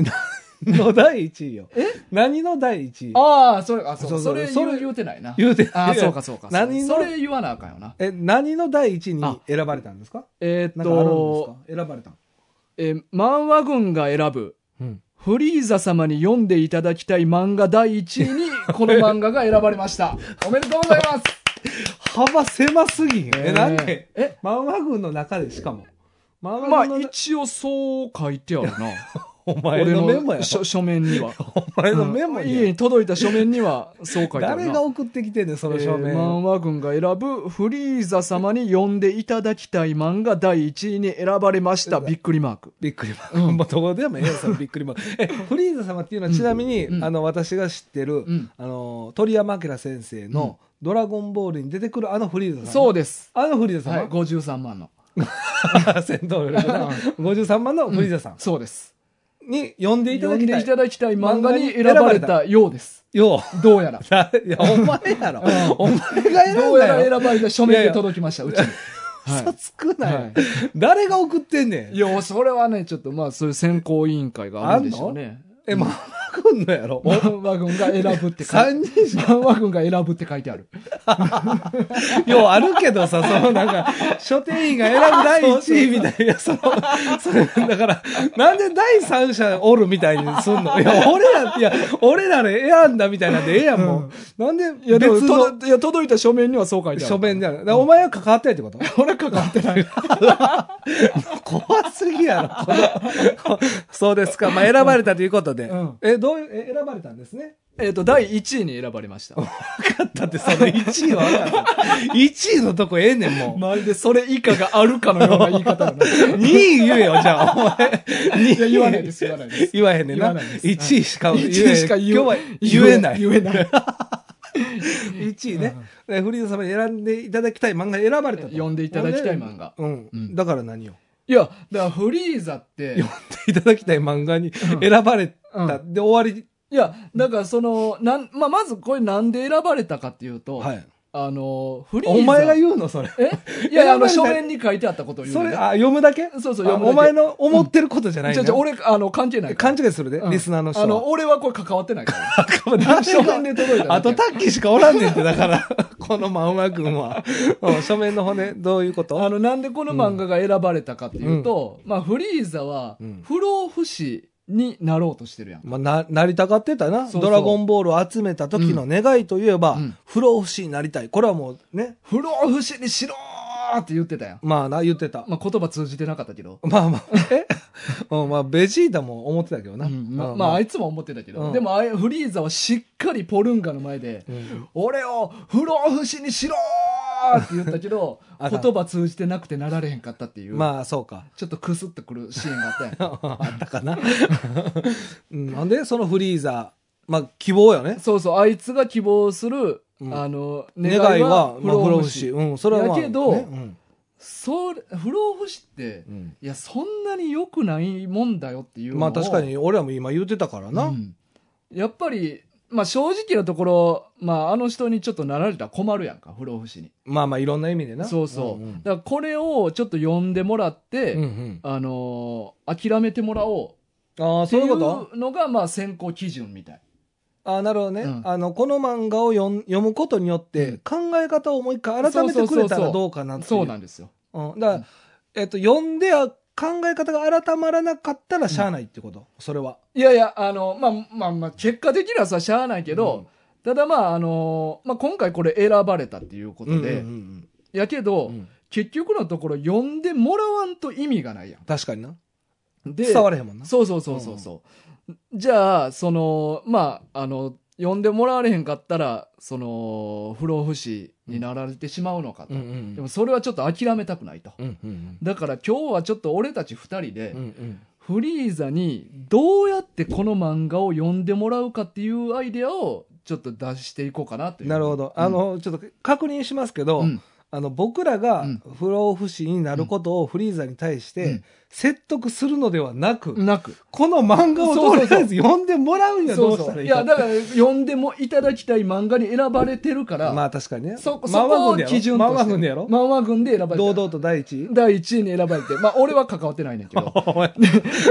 Speaker 2: の第1位よ。何の第1位
Speaker 1: ああ、それ、あ、そう、そ
Speaker 2: そうそう
Speaker 1: れ
Speaker 2: そ
Speaker 1: 言
Speaker 2: れ
Speaker 1: う言うてないな。
Speaker 2: 言うて
Speaker 1: ああ、そうかそうか。
Speaker 2: 何の
Speaker 1: それ言わなあかんよな。
Speaker 2: え、何の第1位に選ばれたんですか
Speaker 1: えっ、
Speaker 2: なんかあるんで
Speaker 1: と
Speaker 2: すか、選ばれたの
Speaker 1: えー漫画軍が選ぶ、
Speaker 2: うん。
Speaker 1: フリーザ様に読んでいただきたい漫画第1位に、 この漫画が選ばれました。おめでとうございます。
Speaker 2: 幅狭すぎん。え、なんで
Speaker 1: え、
Speaker 2: 漫画軍の中でしかも。漫
Speaker 1: ま
Speaker 2: 画軍
Speaker 1: あ
Speaker 2: の中、
Speaker 1: 一応そう書いてあるな。
Speaker 2: お前のメモやろ。
Speaker 1: 書書面 には。
Speaker 2: お前のメモ
Speaker 1: うん家
Speaker 2: や。
Speaker 1: に届いた書面にはそう書いてある
Speaker 2: 誰
Speaker 1: な。
Speaker 2: が送ってきてんねん、その証
Speaker 1: えー漫
Speaker 2: 明。
Speaker 1: 画軍が選ぶフリーザ様に読んでいただきたい漫画第1位に選ばれました。びっくりマーク。
Speaker 2: びっくりマン。もうどこでもええよ、そのびっくりマン。え、フリーザ様っていうのはちなみに、
Speaker 1: うん
Speaker 2: あの、私が知ってる、
Speaker 1: ん
Speaker 2: あの、鳥山明先生の、ドラゴンボールに出てくるあのフリーザ様。
Speaker 1: そう
Speaker 2: う。
Speaker 1: です。
Speaker 2: あのフリーザ様
Speaker 1: はい、。53万の。
Speaker 2: 戦闘力な53万のフリーザさん
Speaker 1: そうです。
Speaker 2: に呼んでいた
Speaker 1: 読
Speaker 2: だ
Speaker 1: ん
Speaker 2: きた
Speaker 1: で
Speaker 2: い
Speaker 1: いただきたい漫画に選ばれたようです。
Speaker 2: よ
Speaker 1: どうやら。
Speaker 2: ういやお前やろお前が選んだよ
Speaker 1: どうやら選ばれた書面で届きました、うちに。
Speaker 2: 嘘
Speaker 1: は
Speaker 2: つくなよ、
Speaker 1: はい
Speaker 2: 誰が送ってんね
Speaker 1: い、い
Speaker 2: ん
Speaker 1: や、それはね、ちょっとまあ、そういう選考委員会があるんでしょうね。
Speaker 2: えママくんのやろ
Speaker 1: マンワ軍が選ぶって書い
Speaker 2: 3人
Speaker 1: てある。マンワ軍が選ぶって書いてある。
Speaker 2: ようあるけどさそのなんか書店員が選ぶ第1位みたいなそのそれだからなんで第三者おるみたいにすんのいや俺らいや俺らで選んだみたいなんでええやんもう、なんで
Speaker 1: いや、でも、
Speaker 2: 別の
Speaker 1: 届いや届いた書面にはそう書いてある。
Speaker 2: 書面であるだからお前は関わってないってこと
Speaker 1: 俺かかってない。
Speaker 2: 怖すぎやろ、このそうですか。まあ、選ばれたということで。
Speaker 1: うん
Speaker 2: え、どういう、え、選ばれたんですね。
Speaker 1: えっと、第1位に選ばれました。
Speaker 2: 分かったって、その1位は分かった。1位のとこええねん、も
Speaker 1: まるでそれ以下があるかのよう な言い方だな。
Speaker 2: う。2位言えよ、 じゃあ、お前。
Speaker 1: いや、言わないです、言わないです。
Speaker 2: 言わへんねんな。
Speaker 1: 言わないです
Speaker 2: 1位しか
Speaker 1: 1位しか言え
Speaker 2: 今日は言えない。
Speaker 1: 言え ない。
Speaker 2: 1位ね。でフリーザ様に選んでいただきたい漫画選ばれたと。
Speaker 1: 読んでいただきたい漫画
Speaker 2: うん。
Speaker 1: うん
Speaker 2: だから何を
Speaker 1: いや、だからフリーザって、
Speaker 2: いただきたい漫画に選ばれた。で、終わり。
Speaker 1: いや、だからその、なん、まあ、まずこれなんで選ばれたかっていうと、
Speaker 2: はい。
Speaker 1: あの、フリーザ。
Speaker 2: お前が言うの、それ。
Speaker 1: えいや、あの、
Speaker 2: 選
Speaker 1: 書
Speaker 2: ばれた
Speaker 1: 面に書いてあったことを言う
Speaker 2: そ
Speaker 1: ねん
Speaker 2: れ、
Speaker 1: な
Speaker 2: あ、読むだけ
Speaker 1: そうそう、
Speaker 2: あ
Speaker 1: 読むだけ
Speaker 2: お前の思ってることじゃない
Speaker 1: ち
Speaker 2: ね
Speaker 1: ょちょ、俺、あの、関係ないから
Speaker 2: 勘違いするで、
Speaker 1: うん
Speaker 2: リスナーの人
Speaker 1: あ
Speaker 2: は。
Speaker 1: の、俺はこれ関わってないから。
Speaker 2: 誰が
Speaker 1: 書面で届いただけ
Speaker 2: あとタッキーしかおらんねんって、だから、 このまんま君は。 うん書面の骨、どういうこと
Speaker 1: あの、なんでこの漫画が選ばれたかっていうと、まあ、フリーザは
Speaker 2: うん、
Speaker 1: 不老不死になろうとしてるやん。
Speaker 2: まあ、な、なりたがってた
Speaker 1: そ
Speaker 2: な。
Speaker 1: うそう
Speaker 2: ドラゴンボールを集めた時の願いといえば、
Speaker 1: うん
Speaker 2: 不老不死になりたい。これはもうね、
Speaker 1: 不老不死にしろーって言ってたやん。
Speaker 2: まあな、言ってた。
Speaker 1: まあ、言葉通じてなかったけど。
Speaker 2: まあまあ、え、うん、まあ、ベジータも思ってたけどな。
Speaker 1: うんま
Speaker 2: う
Speaker 1: あ
Speaker 2: ん
Speaker 1: まあ、あいつも思ってたけど、
Speaker 2: うん
Speaker 1: でもあいフリーザはしっかりポルンガの前で、
Speaker 2: うん
Speaker 1: 俺を不老不死にしろーって言ったけど
Speaker 2: あか
Speaker 1: 言
Speaker 2: ん
Speaker 1: 葉通じてなくてなられへんかったっていう、
Speaker 2: まあ、そうか。
Speaker 1: ちょっとクスッとくるシーンがあったやん
Speaker 2: あったかな。うんなんで、そのフリーザ、まあ、希望よね。
Speaker 1: そうそうあいつが希望する、
Speaker 2: うん
Speaker 1: あの願
Speaker 2: 願い
Speaker 1: いは
Speaker 2: は、
Speaker 1: 不
Speaker 2: まあ、不
Speaker 1: 老
Speaker 2: 老
Speaker 1: 不
Speaker 2: 不
Speaker 1: 死
Speaker 2: 死。うん、それはまあ。
Speaker 1: やけど
Speaker 2: ね
Speaker 1: それ不老不死って、
Speaker 2: うんうん
Speaker 1: いやそんなに良くないもんだよっていうのを
Speaker 2: まあ確かに俺らも今言ってたからな。
Speaker 1: うんやっぱりまあ正直なところ、まああの人にちょっとなられたら困るやんか、不老不死に。
Speaker 2: まあまあいろんな意味でな。
Speaker 1: そうそう。
Speaker 2: んん
Speaker 1: だからこれをちょっと呼んでもらって、
Speaker 2: うんうん
Speaker 1: あのー諦めてもらお
Speaker 2: あ
Speaker 1: う
Speaker 2: あ、
Speaker 1: って
Speaker 2: そう
Speaker 1: い
Speaker 2: いうこと
Speaker 1: うのが、まあ選考基準みたい。
Speaker 2: ああ、なるほどね、
Speaker 1: うん
Speaker 2: あの、この漫画を読ん読むことによって、
Speaker 1: うん
Speaker 2: 考え方をもう一回改めてくれたらどうかなっていう。
Speaker 1: そうなんですよ。
Speaker 2: うんだから、えっと、読んでは考え方が改まらなかったらしゃあないってこと、それは。
Speaker 1: いやいや、あの、まあまあまあ、結果的にはさ、しゃあないけど、
Speaker 2: う
Speaker 1: た
Speaker 2: ん
Speaker 1: だまあ、あのーまあ今回これ選ばれたっていうことで、
Speaker 2: うんうん
Speaker 1: やけ
Speaker 2: う
Speaker 1: ど、
Speaker 2: んうん
Speaker 1: 結局のところ呼んでもらわんと意味がないや
Speaker 2: 確かにな。
Speaker 1: ん。で、
Speaker 2: 伝われへんもんな。
Speaker 1: そうそうそうそうそう、じゃあ、その、まあ、あの、呼んでもらわれへんかったら、その、不老不死になられてしまうのかと。
Speaker 2: うんうん
Speaker 1: でもそれはちょっと諦めたくないと。
Speaker 2: うんうん
Speaker 1: だから今日はちょっと俺たち二人で、
Speaker 2: うんうん
Speaker 1: フリーザにどうやってこの漫画を読んでもらうかっていうアイデアをちょっと出していこうかなという。
Speaker 2: なるほど。あの、ちょっと確認しますけど、
Speaker 1: うん、
Speaker 2: あの、僕らが
Speaker 1: うん
Speaker 2: 不老不死になることをフリーザに対し
Speaker 1: う
Speaker 2: て
Speaker 1: ん
Speaker 2: 説得するのではなく、
Speaker 1: なく。
Speaker 2: この漫画を
Speaker 1: そうそ
Speaker 2: と
Speaker 1: うそう
Speaker 2: りあえず読んでもらうにはど
Speaker 1: そうそ
Speaker 2: うしたら
Speaker 1: う。
Speaker 2: い
Speaker 1: い
Speaker 2: いか
Speaker 1: や、だから読んでもいただきたい漫画に選ばれてるから、
Speaker 2: まあ確かにね。
Speaker 1: そこ
Speaker 2: マ
Speaker 1: そ
Speaker 2: ンワ
Speaker 1: こ
Speaker 2: 軍
Speaker 1: を
Speaker 2: でやろ
Speaker 1: 基準
Speaker 2: マン
Speaker 1: と
Speaker 2: ワ
Speaker 1: して。
Speaker 2: 軍でやろ
Speaker 1: マンワ軍で選ばれて
Speaker 2: 堂
Speaker 1: る。
Speaker 2: 々と第一位
Speaker 1: 第1位に選ばれて。まあ、俺は関わってないねんけ ど。
Speaker 2: お前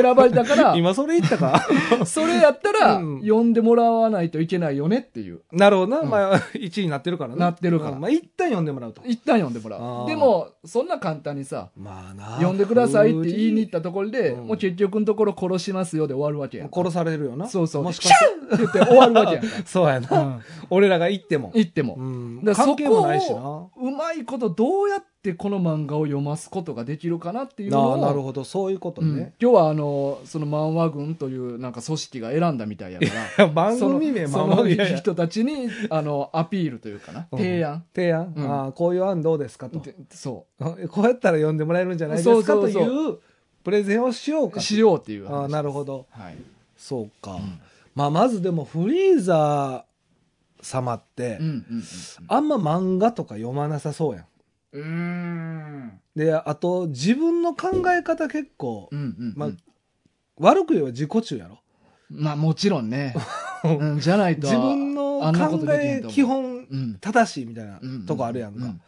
Speaker 1: 選ばれたから、
Speaker 2: 今それ言ったか
Speaker 1: それやったら、
Speaker 2: うん
Speaker 1: 呼んでもらわないといけないよねっていう。
Speaker 2: なるほどな。
Speaker 1: うん
Speaker 2: まあ、1位になってるから
Speaker 1: なってるから
Speaker 2: うんまあ、一旦読んでもらうと。
Speaker 1: 一旦呼んでもら
Speaker 2: あー
Speaker 1: う。でも、そんな簡単にさ、
Speaker 2: まあな。。
Speaker 1: 呼んでくださいって言いに行ったたところで、
Speaker 2: うん
Speaker 1: もう結局のところ殺しますよで終わるわけやんか。
Speaker 2: 殺されるよな。
Speaker 1: そうそう。
Speaker 2: もしかして。
Speaker 1: シャッって言って終わるわけやん
Speaker 2: そうやな。
Speaker 1: か。
Speaker 2: 俺らが行っても。
Speaker 1: 言っても。
Speaker 2: うん
Speaker 1: だから
Speaker 2: 関係もないし
Speaker 1: そ
Speaker 2: な。
Speaker 1: こをうまいことどうやってこの漫画を読ますことができるかなっていう
Speaker 2: な
Speaker 1: の
Speaker 2: あ
Speaker 1: を
Speaker 2: なるほど、そういうこと
Speaker 1: うん
Speaker 2: ね。
Speaker 1: 今日はあのその漫画軍というなんか組織が選んだみたいやから
Speaker 2: 番
Speaker 1: その
Speaker 2: 組名、まあ
Speaker 1: そ
Speaker 2: ま
Speaker 1: の
Speaker 2: あ、いやいや
Speaker 1: 人たちにあのアピールというかな
Speaker 2: うん
Speaker 1: 提案
Speaker 2: 提案、
Speaker 1: うん
Speaker 2: ああこういう案どうですかと。
Speaker 1: でそ
Speaker 2: こうやったら呼んでもらえるんじゃないですか
Speaker 1: そうそうそう
Speaker 2: というプレゼンをしよう
Speaker 1: う
Speaker 2: か。
Speaker 1: しようっていう
Speaker 2: ああ
Speaker 1: 話
Speaker 2: なるほど。
Speaker 1: はい
Speaker 2: そうか。
Speaker 1: ん
Speaker 2: まあ、まずでも、フリーザ様って、
Speaker 1: うんうん
Speaker 2: あんま漫画とか読まなさそうやん。
Speaker 1: うんうん
Speaker 2: で、あと、自分の考え方結構、
Speaker 1: うんうんうん
Speaker 2: まあ、悪く言えば自己中やろ。
Speaker 1: まあもちろん ねうんじゃないと
Speaker 2: 自分の
Speaker 1: あんなこ
Speaker 2: 考
Speaker 1: とできへん
Speaker 2: え
Speaker 1: と思う
Speaker 2: 基本
Speaker 1: うん
Speaker 2: 正しいみたいな
Speaker 1: うん
Speaker 2: とこあるやんか、
Speaker 1: うん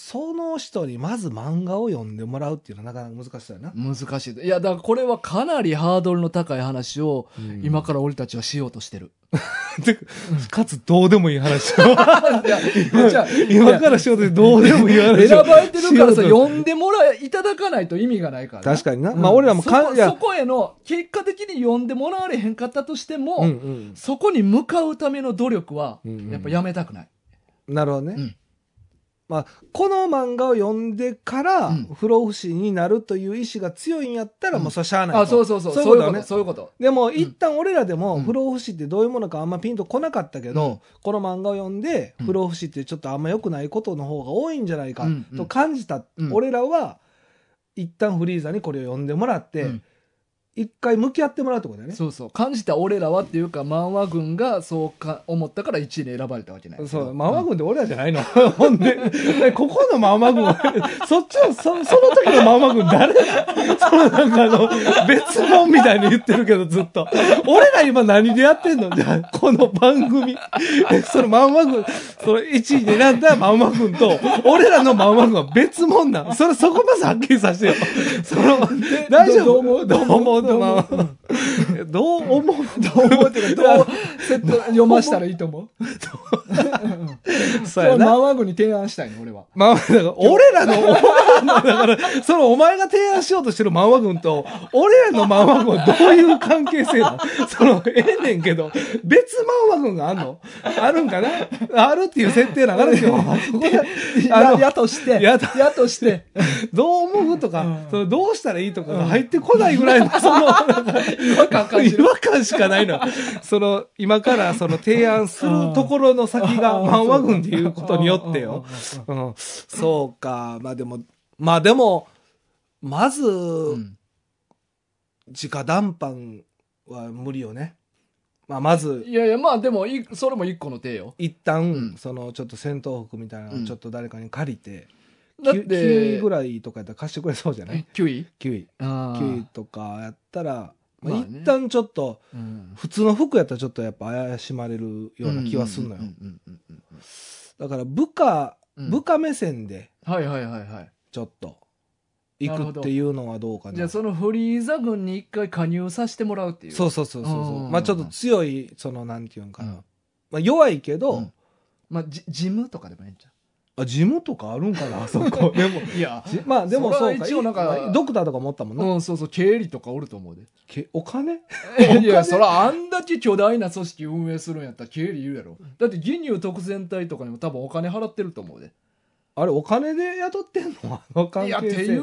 Speaker 2: その人にまず漫画を読んでもらうっていうのはなかなか難しそうやな、
Speaker 1: 難しいいやだからこれはかなりハードルの高い話を今から俺たちはしようとしてる
Speaker 2: てかかつどうでもいい話
Speaker 1: いやい やじゃあ
Speaker 2: 今からしようってどうでもいい話
Speaker 1: 選ばれてるからさ、
Speaker 2: しよう
Speaker 1: 呼んでもらえ、いただかないと意味がないから
Speaker 2: と
Speaker 1: な。
Speaker 2: 確かにな、
Speaker 1: うん
Speaker 2: まあ俺らも
Speaker 1: そ
Speaker 2: か
Speaker 1: こ
Speaker 2: いや
Speaker 1: そこへの、結果的に呼んでもらわれへんかったとしても、
Speaker 2: うんうん
Speaker 1: そこに向かうための努力は、
Speaker 2: うんうん
Speaker 1: やっぱやめたくない。
Speaker 2: なるほどね、
Speaker 1: うん
Speaker 2: まあ、この漫画を読んでから、
Speaker 1: うん
Speaker 2: 不老不死になるという意志が強いんやったら、
Speaker 1: うん
Speaker 2: もうそれしゃあないと
Speaker 1: あ、そうそうそう。
Speaker 2: そうい
Speaker 1: そううい
Speaker 2: こと
Speaker 1: うこ
Speaker 2: ね
Speaker 1: と、そういうこと。
Speaker 2: でも一旦俺らで
Speaker 1: う
Speaker 2: も
Speaker 1: ん
Speaker 2: 不老不死ってどういうものかあんまピンとこなかったけど、この漫画を読んで
Speaker 1: うん
Speaker 2: 不老不死ってちょっとあんま良くないことの方が多いんじゃないか
Speaker 1: うんうん
Speaker 2: と感じた
Speaker 1: うん
Speaker 2: 俺らは一旦フリーザにこれを読んでもらって
Speaker 1: うん
Speaker 2: 一回向き合ってもらうってことだよね。
Speaker 1: そうそう。感じた俺らはっていうか、漫画軍がそうか思ったから1位に選ばれたわけない。
Speaker 2: そう、ママ軍って俺らじゃないの。 ほんで、でここのママ軍、そっちの、そその時のママ軍誰そのなんかあの、別物みたいに言ってるけどずっと。俺ら今何でやってんのじゃあ、この番組。えそのママ軍、その1位に選んだママ軍と、俺らのママ軍は別物なん。それそこまずはっきりさせてよ。その、大丈夫
Speaker 1: どう思う
Speaker 2: どう思う
Speaker 1: どう思う
Speaker 2: どう思うどう思う どう
Speaker 1: 思うっていうかどう説得読ましたらいいと思う
Speaker 2: そうや
Speaker 1: 漫
Speaker 2: な。
Speaker 1: 画軍に提案したいの、俺は。
Speaker 2: まあ、だから俺らの、俺らの、だから、そのお前が提案しようとしてる漫画軍と、俺らの漫画軍はどういう関係性なのその、ええねんけど、別漫画軍があんのあるんかなあるっていう設定ながら今日、そこで、あ
Speaker 1: や
Speaker 2: の、
Speaker 1: やとして、
Speaker 2: や
Speaker 1: や
Speaker 2: と
Speaker 1: と して、
Speaker 2: どう思うとか、
Speaker 1: うん
Speaker 2: そのどうしたらいいとかが入ってこないぐらいの、その、
Speaker 1: 違和感感じ
Speaker 2: 違
Speaker 1: る。
Speaker 2: 和感しかないの。その、今からその提案するところの先 が
Speaker 1: うん
Speaker 2: 漫画軍っていうことによってよ。うん、そうか。まあでも、まあでも、まず、
Speaker 1: うん
Speaker 2: 直談判は無理よね。まあまず、
Speaker 1: いやいや、まあでもいい、それも一個の手よ。
Speaker 2: 一旦、
Speaker 1: うん
Speaker 2: その、ちょっと戦闘服みたいな
Speaker 1: う
Speaker 2: のを
Speaker 1: ん
Speaker 2: ちょっと誰かに借りて、
Speaker 1: だっ
Speaker 2: キウイ
Speaker 1: て
Speaker 2: ぐ、らいとかやったら貸してくれそうじゃない
Speaker 1: 9位
Speaker 2: キウイ。
Speaker 1: あ
Speaker 2: キウイとかやったら、まあ
Speaker 1: まあね
Speaker 2: 一旦ちょっと、
Speaker 1: うん
Speaker 2: 普通の服やったらちょっとやっぱ怪しまれるような気はすんのよ
Speaker 1: う。んうんうんうん
Speaker 2: だから部下、
Speaker 1: うん
Speaker 2: 部下目線で
Speaker 1: はいはいはいはい。
Speaker 2: ちょっと
Speaker 1: なるほ
Speaker 2: 行く
Speaker 1: ど
Speaker 2: っていうのはどうか
Speaker 1: じゃ
Speaker 2: な。
Speaker 1: あそのフリーザ軍に一回加入させてもらうっていう。
Speaker 2: そうそうそうそうそうう。
Speaker 1: ん
Speaker 2: まあちょっと強い、その、なんていうんか
Speaker 1: う
Speaker 2: な。
Speaker 1: ん
Speaker 2: まあ弱いけど、
Speaker 1: うんまあ、じジムとかでもいいんじ
Speaker 2: あ、地元とかあるんか な、あそこ。でも、
Speaker 1: ゃん。いや
Speaker 2: じまあでも
Speaker 1: そ
Speaker 2: そ
Speaker 1: れは
Speaker 2: うか。
Speaker 1: 一応なんか
Speaker 2: いいドクターとか持ったもんな。
Speaker 1: うん、そうそう、経理とかおると思うで。
Speaker 2: けお金
Speaker 1: いや、そら、あんだけ巨大な組織運営するんやったら経理いるやろ。だって、義乳特選隊とかにも多分お金払ってると思うで。
Speaker 2: あれ、お金で雇ってんの あの関
Speaker 1: いや、って
Speaker 2: 係性。
Speaker 1: い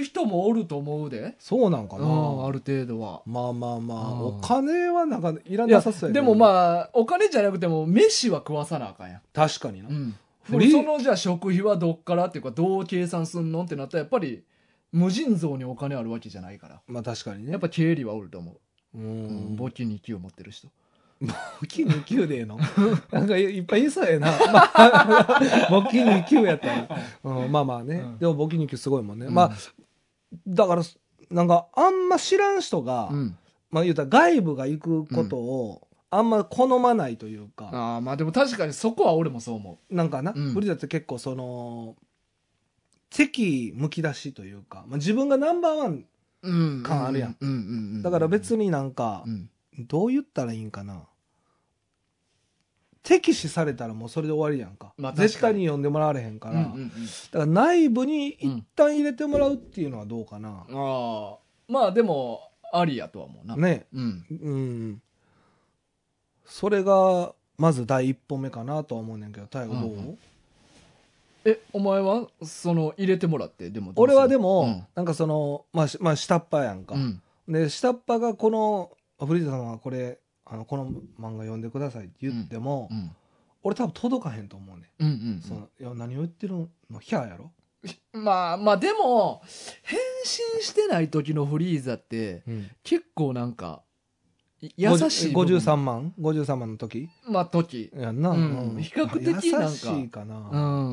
Speaker 1: う人もおると思うで。
Speaker 2: そうなんか
Speaker 1: う
Speaker 2: な。
Speaker 1: ん、ある程度は。
Speaker 2: まあまあまあ、
Speaker 1: うん
Speaker 2: お金はなんかいら
Speaker 1: いや
Speaker 2: なさそうや
Speaker 1: でもま
Speaker 2: あ、
Speaker 1: あお金じゃなくても飯は食わさなあかんやん、
Speaker 2: 確かにな。
Speaker 1: でもそのじゃあ食費はどっからっていうかどう計算すんのってなったらやっぱり無尽蔵にお金あるわけじゃないから
Speaker 2: まあ確かにね。
Speaker 1: やっぱ経理はおると思
Speaker 2: う
Speaker 1: う、
Speaker 2: ん、
Speaker 1: 募金2級持ってる人
Speaker 2: 募金2級でええのなんかいっぱい言いそ うやな。まあ、 募金2級やったら、うん。まあまあね。
Speaker 1: うん
Speaker 2: でも募金2級すごいもんね。
Speaker 1: うん
Speaker 2: まあ、だから、なんかあんま知らん人が、
Speaker 1: うん
Speaker 2: まあ言うたら外部が行くことを、あんま好まないというか、
Speaker 1: ああまあでも確かにそこは俺もそう思
Speaker 2: なんかな、
Speaker 1: うん
Speaker 2: ブリザって結構その、敵むき出しというか、まあ、自分がナンバーワン、
Speaker 1: う、うん
Speaker 2: 感あるやん
Speaker 1: うんうんうんうん
Speaker 2: だから別になんか、
Speaker 1: うん
Speaker 2: どう言ったらいいんかな敵視されたらもうそれで終わりやんか,、
Speaker 1: まあ
Speaker 2: 絶
Speaker 1: 確か
Speaker 2: 対
Speaker 1: に
Speaker 2: に読んでもらわれへんか
Speaker 1: う
Speaker 2: ら、
Speaker 1: んうんうん
Speaker 2: だから内部に一旦入れてもらうっていうのはどうかな、
Speaker 1: ああまあでもありやとは思うな、
Speaker 2: ね
Speaker 1: うん
Speaker 2: うんそれがまず第一歩目かなとは思うねんけど大悟どう、
Speaker 1: うんうえお前はその入れてもらってでも
Speaker 2: 俺はでも、
Speaker 1: うん
Speaker 2: なんかその、まあ、しまあ下っ端やんか、
Speaker 1: うん
Speaker 2: で下っ端がこのあ古田さんはこれあのこの漫画読んでくださいって言っても、
Speaker 1: うん
Speaker 2: 俺多分届かへんと思うねん
Speaker 1: うんうん
Speaker 2: そのいや何を言ってるのヒャーやろ、
Speaker 1: まあまあでも変身してない時のフリーザって結構なんかい優しい部分
Speaker 2: 53万53万の時
Speaker 1: まあ時
Speaker 2: やんな、
Speaker 1: うん比較的なんか
Speaker 2: 優しいかな、
Speaker 1: う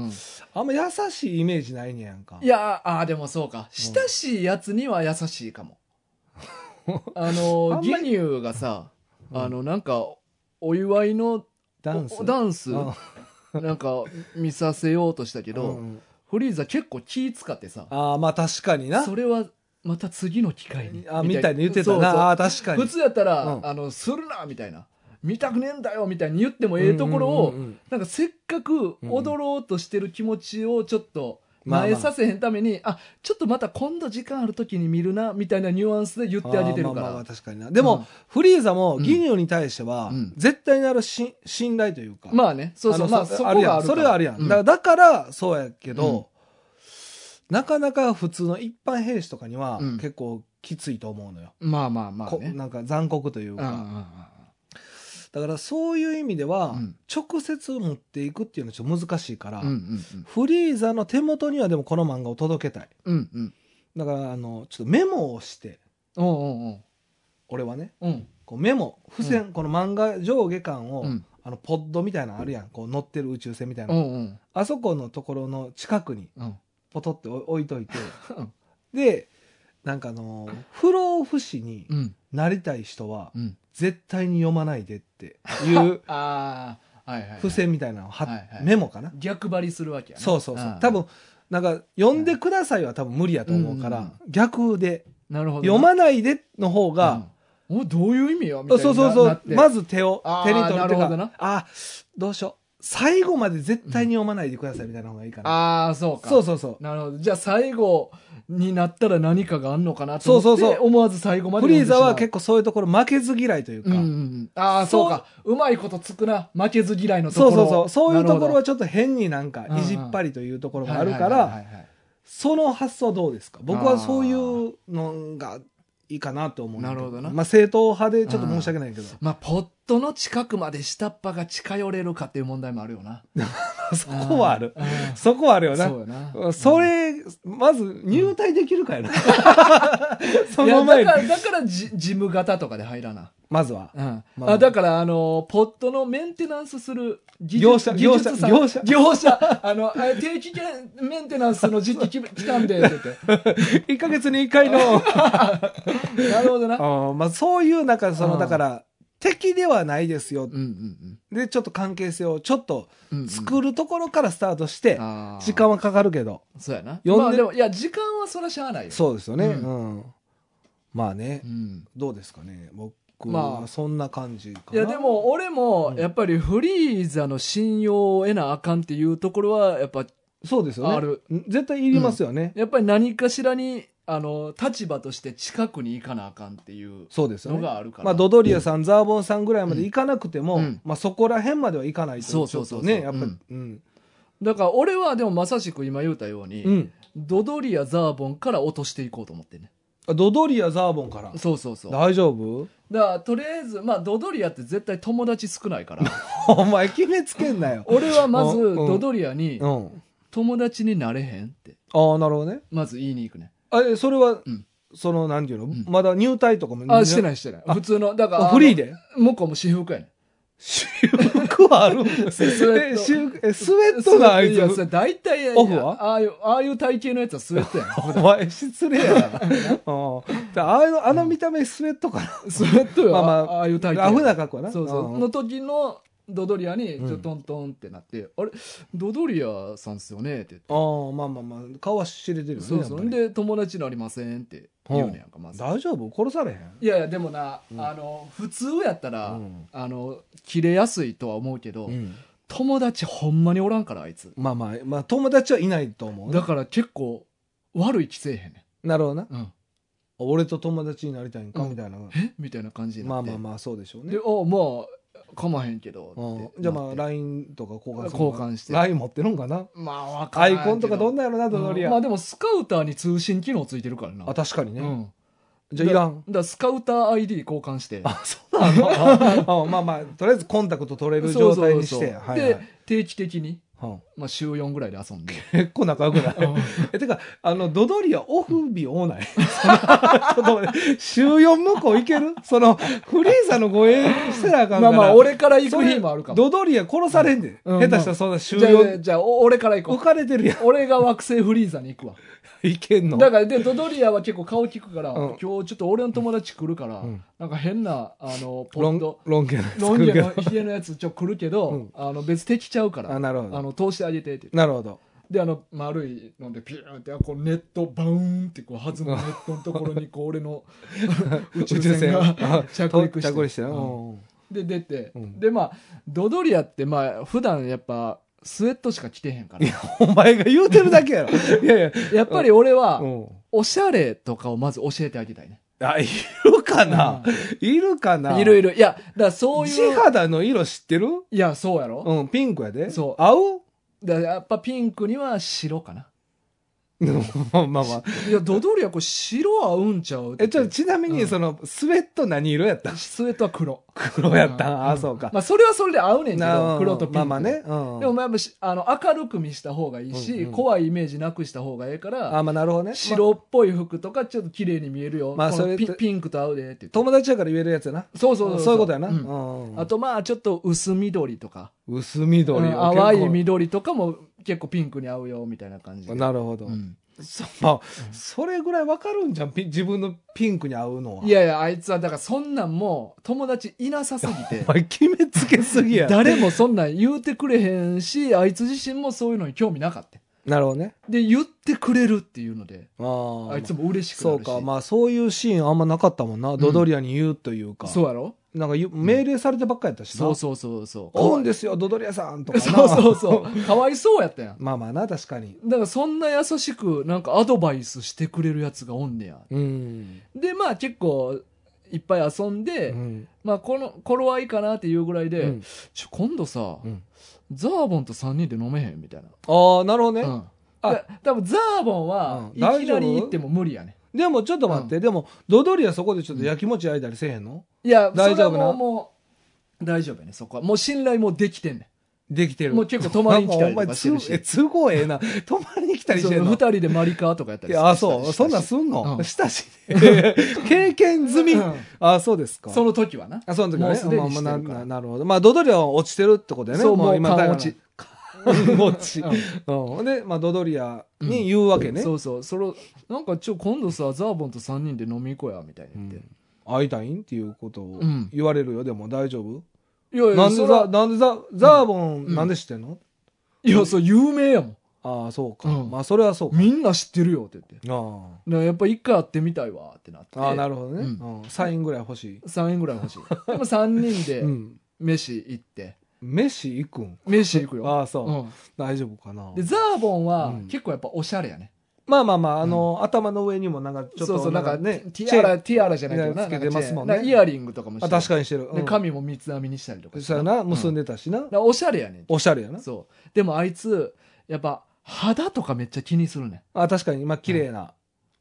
Speaker 1: ん
Speaker 2: あんま優しいイメージないねやんか
Speaker 1: いやあーでもそうか親しいやつには優しいか もあの
Speaker 2: あん
Speaker 1: ギ
Speaker 2: まり
Speaker 1: ニューがさ
Speaker 2: うん
Speaker 1: あのなんかお祝いの
Speaker 2: ダンス
Speaker 1: おダンス
Speaker 2: うん
Speaker 1: なんか見させようとしたけど、
Speaker 2: うん
Speaker 1: フリーザ結構気使ってさ
Speaker 2: ああまあ確かにな
Speaker 1: それはまた次の機会に
Speaker 2: あみたいに言ってたな
Speaker 1: そうそう
Speaker 2: あー確かに
Speaker 1: 普通やったら、
Speaker 2: うん
Speaker 1: あのするなみたいな見たくねえんだよみたいに言ってもええところを、
Speaker 2: うんうんうん
Speaker 1: なんかせっかく
Speaker 2: うん
Speaker 1: 踊ろうとしてる気持ちをちょっと
Speaker 2: まあまあ
Speaker 1: 前させへんために、あちょっとまた今度時間ある時に見るなみたいなニュアンスで言ってあげてるか
Speaker 2: あーまあまあまあ
Speaker 1: ら
Speaker 2: 確かになでも、
Speaker 1: うん
Speaker 2: フリーザもギニューに対しては、
Speaker 1: うん
Speaker 2: 絶対なるし信頼というか
Speaker 1: まあねそうそう
Speaker 2: あの
Speaker 1: まあ
Speaker 2: そ
Speaker 1: そこ
Speaker 2: あるや
Speaker 1: があ
Speaker 2: ん
Speaker 1: る
Speaker 2: それはあるやん、
Speaker 1: う
Speaker 2: だからだからそうやけど、なかなか普通の一般兵士とかには
Speaker 1: うん
Speaker 2: 結構きついと思うのよ、
Speaker 1: まあまあまあ
Speaker 2: こ
Speaker 1: ね
Speaker 2: なんか残酷という
Speaker 1: うんうんう
Speaker 2: か、
Speaker 1: ん
Speaker 2: だからそういう意味では、
Speaker 1: うん
Speaker 2: 直接持っていくっていうのはちょっと難しいから、
Speaker 1: うんうん
Speaker 2: フリーザの手元にはでもこの漫画を届けたい
Speaker 1: うんうんうん
Speaker 2: だからあのちょっとメモをして
Speaker 1: おうんうん
Speaker 2: 俺はね
Speaker 1: うん
Speaker 2: こうメモ付箋、この漫画上下巻を、
Speaker 1: うん
Speaker 2: あのポッドみたいなのあるやんこう乗ってる宇宙船みたいな、
Speaker 1: うんうん
Speaker 2: あそこのところの近くに
Speaker 1: うん
Speaker 2: ポトって置いといて
Speaker 1: うん
Speaker 2: でなんかあの不老不死に
Speaker 1: うん
Speaker 2: なりたい人は
Speaker 1: うん
Speaker 2: 絶対に読まないでって いう
Speaker 1: ああはいはいはい
Speaker 2: 付箋みたいなのを貼っ
Speaker 1: はいはい
Speaker 2: メモかな
Speaker 1: 逆張りするわけやな
Speaker 2: そうそうそう
Speaker 1: あー
Speaker 2: 多分なんか「読んでください」は多分無理やと思うか
Speaker 1: うん
Speaker 2: ら逆で
Speaker 1: なる
Speaker 2: 「
Speaker 1: ほど
Speaker 2: 読まないで」の方が、
Speaker 1: うんおどういう意味よみた
Speaker 2: そ
Speaker 1: いうな
Speaker 2: そう
Speaker 1: な
Speaker 2: そ
Speaker 1: な
Speaker 2: う
Speaker 1: って
Speaker 2: まず手を
Speaker 1: あー
Speaker 2: 手に取るってい
Speaker 1: な
Speaker 2: う
Speaker 1: るほどな
Speaker 2: かあーどうしよう最後まで絶対に読まないでくださいみたいな方がいいかな
Speaker 1: ああそうか
Speaker 2: そうそうそう
Speaker 1: なるほどじゃあ最後になったら何かがあんのかなと思って
Speaker 2: そうそうそう
Speaker 1: 思わず最後まで
Speaker 2: フリーザは結
Speaker 1: 構
Speaker 2: 構そういうところ負けず嫌いというか、
Speaker 1: うんうんうん、ああそうかうまいことつくな負けず嫌いのとこ
Speaker 2: そ
Speaker 1: ろ
Speaker 2: うそうそうそういうところ
Speaker 1: なるほ
Speaker 2: はちょっと変になんか
Speaker 1: うんうん
Speaker 2: いじっぱりというところ
Speaker 1: ど
Speaker 2: があるか
Speaker 1: はいは
Speaker 2: ら
Speaker 1: いはいはい
Speaker 2: その発想どうですか僕はそういうのがいいかなと思うねんけ
Speaker 1: なるほどな
Speaker 2: まあ、正統派でちょっと申し訳ないけど、
Speaker 1: まあポットの近くまで下っ端が近寄れるかっていう問題もあるよな
Speaker 2: そこはある
Speaker 1: うん
Speaker 2: そこはあるよな
Speaker 1: そう
Speaker 2: そ
Speaker 1: やな
Speaker 2: れまず入隊できるかや な。そ
Speaker 1: い
Speaker 2: の
Speaker 1: や
Speaker 2: 前
Speaker 1: だ
Speaker 2: に
Speaker 1: か。ら、だからジ、ジム型とかで入らな。
Speaker 2: まずは。
Speaker 1: うん。
Speaker 2: まあ
Speaker 1: あ、だから、あの、ポットのメンテナンスする技術
Speaker 2: 業者
Speaker 1: 技術さん
Speaker 2: 業者
Speaker 1: 業者。あの、あ定期券メンテナンスの時期き来たんで、って言っ
Speaker 2: 1ヶ月に1回の。
Speaker 1: て。なるほどな。
Speaker 2: うんまあ、そういう、なんか、その、
Speaker 1: うん
Speaker 2: だから、敵ではないですよ
Speaker 1: うん。うん
Speaker 2: で、ちょっと関係性をちょっと
Speaker 1: うんうん。
Speaker 2: 作るところからスタートして、
Speaker 1: あー
Speaker 2: 時間はかかるけど。
Speaker 1: そうやな。
Speaker 2: 呼んで
Speaker 1: まあでも、いや、時間はそらしゃあないよ。
Speaker 2: そうですよね。う。
Speaker 1: うん
Speaker 2: まあね
Speaker 1: う。ん。
Speaker 2: どうですかね。僕
Speaker 1: ま
Speaker 2: は
Speaker 1: あ
Speaker 2: そんな感じかな。
Speaker 1: いや、でも、俺も、やっぱりフリーザの信用を得なあかんっていうところは、やっぱ、
Speaker 2: そうですよね。
Speaker 1: ある
Speaker 2: 絶対いりますよね。
Speaker 1: やっぱり何かしらに、あの、立場として近くに行かなあかんっていう
Speaker 2: そうですよ
Speaker 1: の
Speaker 2: ね。
Speaker 1: があるから。
Speaker 2: まあ、ドドリアさん、ザーボンさんぐらいまで行かなくても、
Speaker 1: うん
Speaker 2: まあ、そこら辺までは行かないと
Speaker 1: そうそうそうそう
Speaker 2: ちょっとね、やっぱり、
Speaker 1: うん
Speaker 2: うん。
Speaker 1: だから俺はでもまさしく今言うたように、
Speaker 2: うん。
Speaker 1: ドドリアザーボンから落としていこうと思ってね
Speaker 2: あドドリア、ザーボンから。
Speaker 1: そうそうそうだか
Speaker 2: 大丈夫
Speaker 1: らとりあえずまあドドリアって絶対友達少ないから
Speaker 2: お前、決めつけんな よ。
Speaker 1: 俺はまず
Speaker 2: うん
Speaker 1: ドドリアに
Speaker 2: うん。
Speaker 1: 友達になれへんって
Speaker 2: ああ、なるほどね。
Speaker 1: まず言いに行くね
Speaker 2: あえそれは、
Speaker 1: うん
Speaker 2: その、なんていうの、
Speaker 1: ん
Speaker 2: まだ入隊とかも
Speaker 1: あして
Speaker 2: い。
Speaker 1: ないしてない普通のだから
Speaker 2: あフリーで
Speaker 1: あの向こうも私服やね
Speaker 2: 私服はあるんです
Speaker 1: スウェット
Speaker 2: え私服えスウェットなあい
Speaker 1: いやそ
Speaker 2: つ。
Speaker 1: れ大体
Speaker 2: オフは
Speaker 1: ああいうああいう体型のやつはスウェットやね
Speaker 2: お前、失礼やな。うんだああのあの見た目、スウェットか
Speaker 1: スウェットよ、
Speaker 2: まあまあ
Speaker 1: ああいう体
Speaker 2: な。
Speaker 1: 型
Speaker 2: ラフな格好やな。
Speaker 1: そうそう。
Speaker 2: ん
Speaker 1: の時のドドリアに、ち
Speaker 2: うん
Speaker 1: ょ、トントンってなって、あれ、ドドリアさんっすよねって言って。
Speaker 2: ああ、まあまあまあ、顔は知れてるよね。
Speaker 1: そう
Speaker 2: やっ
Speaker 1: そ
Speaker 2: ぱ
Speaker 1: う。
Speaker 2: り
Speaker 1: で、友達なりませんって言うねやんか、まず。
Speaker 2: 大丈夫殺されへん
Speaker 1: いやいや、でもな、
Speaker 2: うん
Speaker 1: あの、普通やったら、
Speaker 2: うん
Speaker 1: あの、切れやすいとは思うけど、友達ほんまにおらんから、あいつ。
Speaker 2: まあまあ、まあ、友達はいないと思うね
Speaker 1: だから結構、悪い気せえへんね
Speaker 2: なるほどな。
Speaker 1: ん。うん。
Speaker 2: 俺と友達になりたいんか
Speaker 1: うん
Speaker 2: みたいな。ま
Speaker 1: えみたいな感じにな
Speaker 2: あ
Speaker 1: って。
Speaker 2: まあまあ、そうでしょう
Speaker 1: で、
Speaker 2: ね。
Speaker 1: おまあ、かまへんけど
Speaker 2: うん
Speaker 1: って。
Speaker 2: じゃあまあ、
Speaker 1: なって
Speaker 2: LINE とか交換するのか
Speaker 1: 交換して
Speaker 2: LINE 持ってるんかな
Speaker 1: まあ、わから
Speaker 2: ア
Speaker 1: んけ
Speaker 2: イ
Speaker 1: ど
Speaker 2: コンとかどんなんやろな、ドドリ
Speaker 1: うんま
Speaker 2: ア
Speaker 1: あ。でもスカウターに通信機能ついてるからな
Speaker 2: あ、確かに
Speaker 1: う
Speaker 2: ね。
Speaker 1: ん、
Speaker 2: じゃあ、いらん
Speaker 1: だ。からスカウター ID 交換して
Speaker 2: あ、そうなの あまあまあ、とりあえずコンタクト取れる状態にし
Speaker 1: そうそう
Speaker 2: て。
Speaker 1: そう
Speaker 2: はいは
Speaker 1: で
Speaker 2: い
Speaker 1: 定期的に、
Speaker 2: うん
Speaker 1: まあ、週4ぐらいで遊んで
Speaker 2: 結構仲良くないえ、てか、あの、ドドリアオフ日多ない そのちょっと待って週4向こういけるその、フリーザの護衛してなあかん
Speaker 1: ま
Speaker 2: か
Speaker 1: あ
Speaker 2: ら。
Speaker 1: まあ俺から行
Speaker 2: そ
Speaker 1: く
Speaker 2: れ
Speaker 1: 日もあるかも
Speaker 2: ドドリア殺されんで。
Speaker 1: うん
Speaker 2: 下手したらそんな週
Speaker 1: じゃあじゃあ
Speaker 2: 4、
Speaker 1: じゃあお俺から行
Speaker 2: 浮
Speaker 1: こ
Speaker 2: かれて るや
Speaker 1: う俺が惑星フリーザに行くわ
Speaker 2: ん。いけんの。
Speaker 1: だからでドドリアは結構顔聞くから、
Speaker 2: う
Speaker 1: 今
Speaker 2: ん
Speaker 1: 日ちょっと俺の友達来るから、
Speaker 2: うん
Speaker 1: なんか変なあのポ
Speaker 2: ロ
Speaker 1: ッ
Speaker 2: ン
Speaker 1: ト、
Speaker 2: ロンゲの
Speaker 1: ロ
Speaker 2: 作
Speaker 1: ン
Speaker 2: る
Speaker 1: ゲ
Speaker 2: け
Speaker 1: の
Speaker 2: ど。
Speaker 1: ヒゲのやつちょ来るけど、
Speaker 2: うん
Speaker 1: あの別敵ちゃうから
Speaker 2: あ、なるほ
Speaker 1: あ
Speaker 2: ど。
Speaker 1: の通してあげてって
Speaker 2: なるほど。
Speaker 1: であの丸いのでピューンってあこうネットバウンってこう弾むネットのところにこう俺 の宇宙船が着陸して
Speaker 2: 着陸してな。
Speaker 1: うん
Speaker 2: うん
Speaker 1: で出て、
Speaker 2: うん
Speaker 1: でまあドドリアってまあ普段やっぱスウェットしか着てへんから
Speaker 2: お前が言うてるだけ やろ。いやいや。
Speaker 1: やっぱり俺
Speaker 2: う
Speaker 1: は
Speaker 2: ん
Speaker 1: おしゃれとかをまず教えてあげたいね
Speaker 2: あ、いるかな、いるかない
Speaker 1: ろいろいやだからそう
Speaker 2: 地
Speaker 1: いう
Speaker 2: 肌の色知ってる
Speaker 1: いやそうやろ、
Speaker 2: うん、 ピンクやで。
Speaker 1: そう
Speaker 2: 青
Speaker 1: だからやっぱピンクには白かな
Speaker 2: うんまあまあまあ。
Speaker 1: いやドドリアこれ白合うんちゃう
Speaker 2: え、ちょ、
Speaker 1: って
Speaker 2: ちなみ
Speaker 1: う
Speaker 2: に、
Speaker 1: ん
Speaker 2: その、スウェット何色やった
Speaker 1: スウェットは黒
Speaker 2: 黒やった
Speaker 1: うん
Speaker 2: んあ、そうか。
Speaker 1: まあそれはそれで合うねんけ
Speaker 2: な
Speaker 1: ど黒とピンク
Speaker 2: まあまあね。うん。
Speaker 1: でもやっぱしあの明るく見した方がいいし、
Speaker 2: うんうん
Speaker 1: 怖いイメージなくした方がええから、
Speaker 2: あ、まあなるほどね。まあ
Speaker 1: 白っぽい服とかちょっと綺麗に見えるよ、
Speaker 2: まあ
Speaker 1: この
Speaker 2: それ
Speaker 1: ピ
Speaker 2: と
Speaker 1: ピンクと合うでって言って
Speaker 2: 友達やから言えるやつやな。
Speaker 1: そう
Speaker 2: そ
Speaker 1: そううそう
Speaker 2: いうことやな。うんん
Speaker 1: あとまあちょっと薄緑とか、
Speaker 2: 薄
Speaker 1: うん
Speaker 2: 緑。結構
Speaker 1: 淡い緑とかも結構ピンクに合うよみたいな感じで、
Speaker 2: なるほど
Speaker 1: う。ん
Speaker 2: そまあ、それぐらいわかるんじゃん。ピ自分のピンクに合うのは。
Speaker 1: いやいやあいつはだからそんなんもう友達いなさすぎて
Speaker 2: お前決めつけすぎや。
Speaker 1: 誰もそんなん言うてくれへんしあいつ自身もそういうのに興味なかった
Speaker 2: なるほどね。
Speaker 1: で言ってくれるっていうので
Speaker 2: ああ。
Speaker 1: あいつも嬉しくな
Speaker 2: そ
Speaker 1: る
Speaker 2: う
Speaker 1: し
Speaker 2: か。まあ、そういうシーンあんまなかったもんな。ドドリアに言うというか。
Speaker 1: そうやろ
Speaker 2: なんか言う命令されてばっかやったしな。
Speaker 1: そうそうそうそう
Speaker 2: オンですよ、ドドリアさんとかな。
Speaker 1: そうそうそう。かわいそうやったやん。
Speaker 2: まあまあな、確かに。
Speaker 1: だからそんな優しく、なんかアドバイスしてくれるやつがおんねや。
Speaker 2: うん。
Speaker 1: で、まあ結構、いっぱい遊んで、まあこの、頃合いかなっていうぐらいで、
Speaker 2: うん
Speaker 1: ちょ、今度さ、
Speaker 2: うん
Speaker 1: ザーボンと3人で飲めへんみたいな。
Speaker 2: ああ、なるほどね。
Speaker 1: うん。
Speaker 2: あ
Speaker 1: だ多分ザーボンは、い
Speaker 2: うん
Speaker 1: きな
Speaker 2: 大丈夫
Speaker 1: り行っても無理やね。
Speaker 2: でもちょっと待って、でも、ドドリアそこでちょっと焼きもち焼いたりせえへんの、
Speaker 1: いや、
Speaker 2: 大丈
Speaker 1: そ
Speaker 2: 夫な
Speaker 1: れはもう、もう大丈夫やね、そこは。もう信頼もできてんね
Speaker 2: できてる。
Speaker 1: もう結構泊まりに来たりと
Speaker 2: な
Speaker 1: か
Speaker 2: んか
Speaker 1: して
Speaker 2: お
Speaker 1: る
Speaker 2: 前
Speaker 1: し
Speaker 2: つえ都合ええな。泊まりに来たりしてん
Speaker 1: その
Speaker 2: の
Speaker 1: 二人でマリカーとかやった
Speaker 2: い
Speaker 1: り
Speaker 2: や、あ、そう。そんなん
Speaker 1: そ
Speaker 2: すんの、
Speaker 1: うん
Speaker 2: したし。 経験済み。
Speaker 1: うん
Speaker 2: あ、そうですか。
Speaker 1: その時はな。
Speaker 2: あその時は
Speaker 1: もう
Speaker 2: ね
Speaker 1: すでに
Speaker 2: まあ
Speaker 1: して
Speaker 2: まあ
Speaker 1: るか
Speaker 2: な
Speaker 1: ら
Speaker 2: ななるほど。まあ、ドドリアは落ちてるってことだよね。
Speaker 1: そうもう缶
Speaker 2: だ
Speaker 1: 落ち。
Speaker 2: 缶 落ち。
Speaker 1: うん
Speaker 2: うん。で、まあ、ドドリアに言うわけね。
Speaker 1: そうそう。そのなんかちょ、今度さ、ザーボンと3人で飲み行こうや、みたいに言って。
Speaker 2: 会いたいんっていうことを
Speaker 1: うん
Speaker 2: 言われるよ。でも大丈夫
Speaker 1: いやい
Speaker 2: な
Speaker 1: や、
Speaker 2: ん
Speaker 1: そ
Speaker 2: で
Speaker 1: ら
Speaker 2: ザ、なんでザ、ザーボン、
Speaker 1: うん
Speaker 2: なんで知ってんの
Speaker 1: いや、そう、有名やもん。
Speaker 2: ああ、そうか。
Speaker 1: うん
Speaker 2: まあ、それはそうか。
Speaker 1: みんな知ってるよって言って。だか
Speaker 2: あ
Speaker 1: らやっぱ一回会ってみたいわってなって。
Speaker 2: あ。ああ、なるほどね、
Speaker 1: う
Speaker 2: うんサインぐらい欲しい。
Speaker 1: 3円ぐらい欲しい。でも3人で
Speaker 2: うん。
Speaker 1: 飯行って。
Speaker 2: 飯行くん
Speaker 1: 飯行くよ。
Speaker 2: ああ、そう、
Speaker 1: うん
Speaker 2: 大丈夫かな
Speaker 1: で、ザーボンは
Speaker 2: うん
Speaker 1: 結構やっぱおしゃれやね。
Speaker 2: まあまあまあ、あの、頭の上にもなんかちょっ
Speaker 1: そうそ
Speaker 2: と
Speaker 1: う、なんか
Speaker 2: ね
Speaker 1: ね、、ティア
Speaker 2: チェー
Speaker 1: ラ、
Speaker 2: ン
Speaker 1: ティアラじゃないけど
Speaker 2: い
Speaker 1: な。
Speaker 2: やつけ
Speaker 1: なん
Speaker 2: て
Speaker 1: かチェーン
Speaker 2: ますもんね
Speaker 1: なんかイヤリングとかもして
Speaker 2: あ、確かにしてる。
Speaker 1: で、
Speaker 2: うん
Speaker 1: 髪も三つ編みにしたりとかして
Speaker 2: そうやな、結ん
Speaker 1: で。
Speaker 2: でたしな。
Speaker 1: だからおしゃれやねん。
Speaker 2: おしゃれやな。
Speaker 1: そう。でもあいつ、やっぱ肌とかめっちゃ気にするね
Speaker 2: あ、確かに、まあ、綺麗な。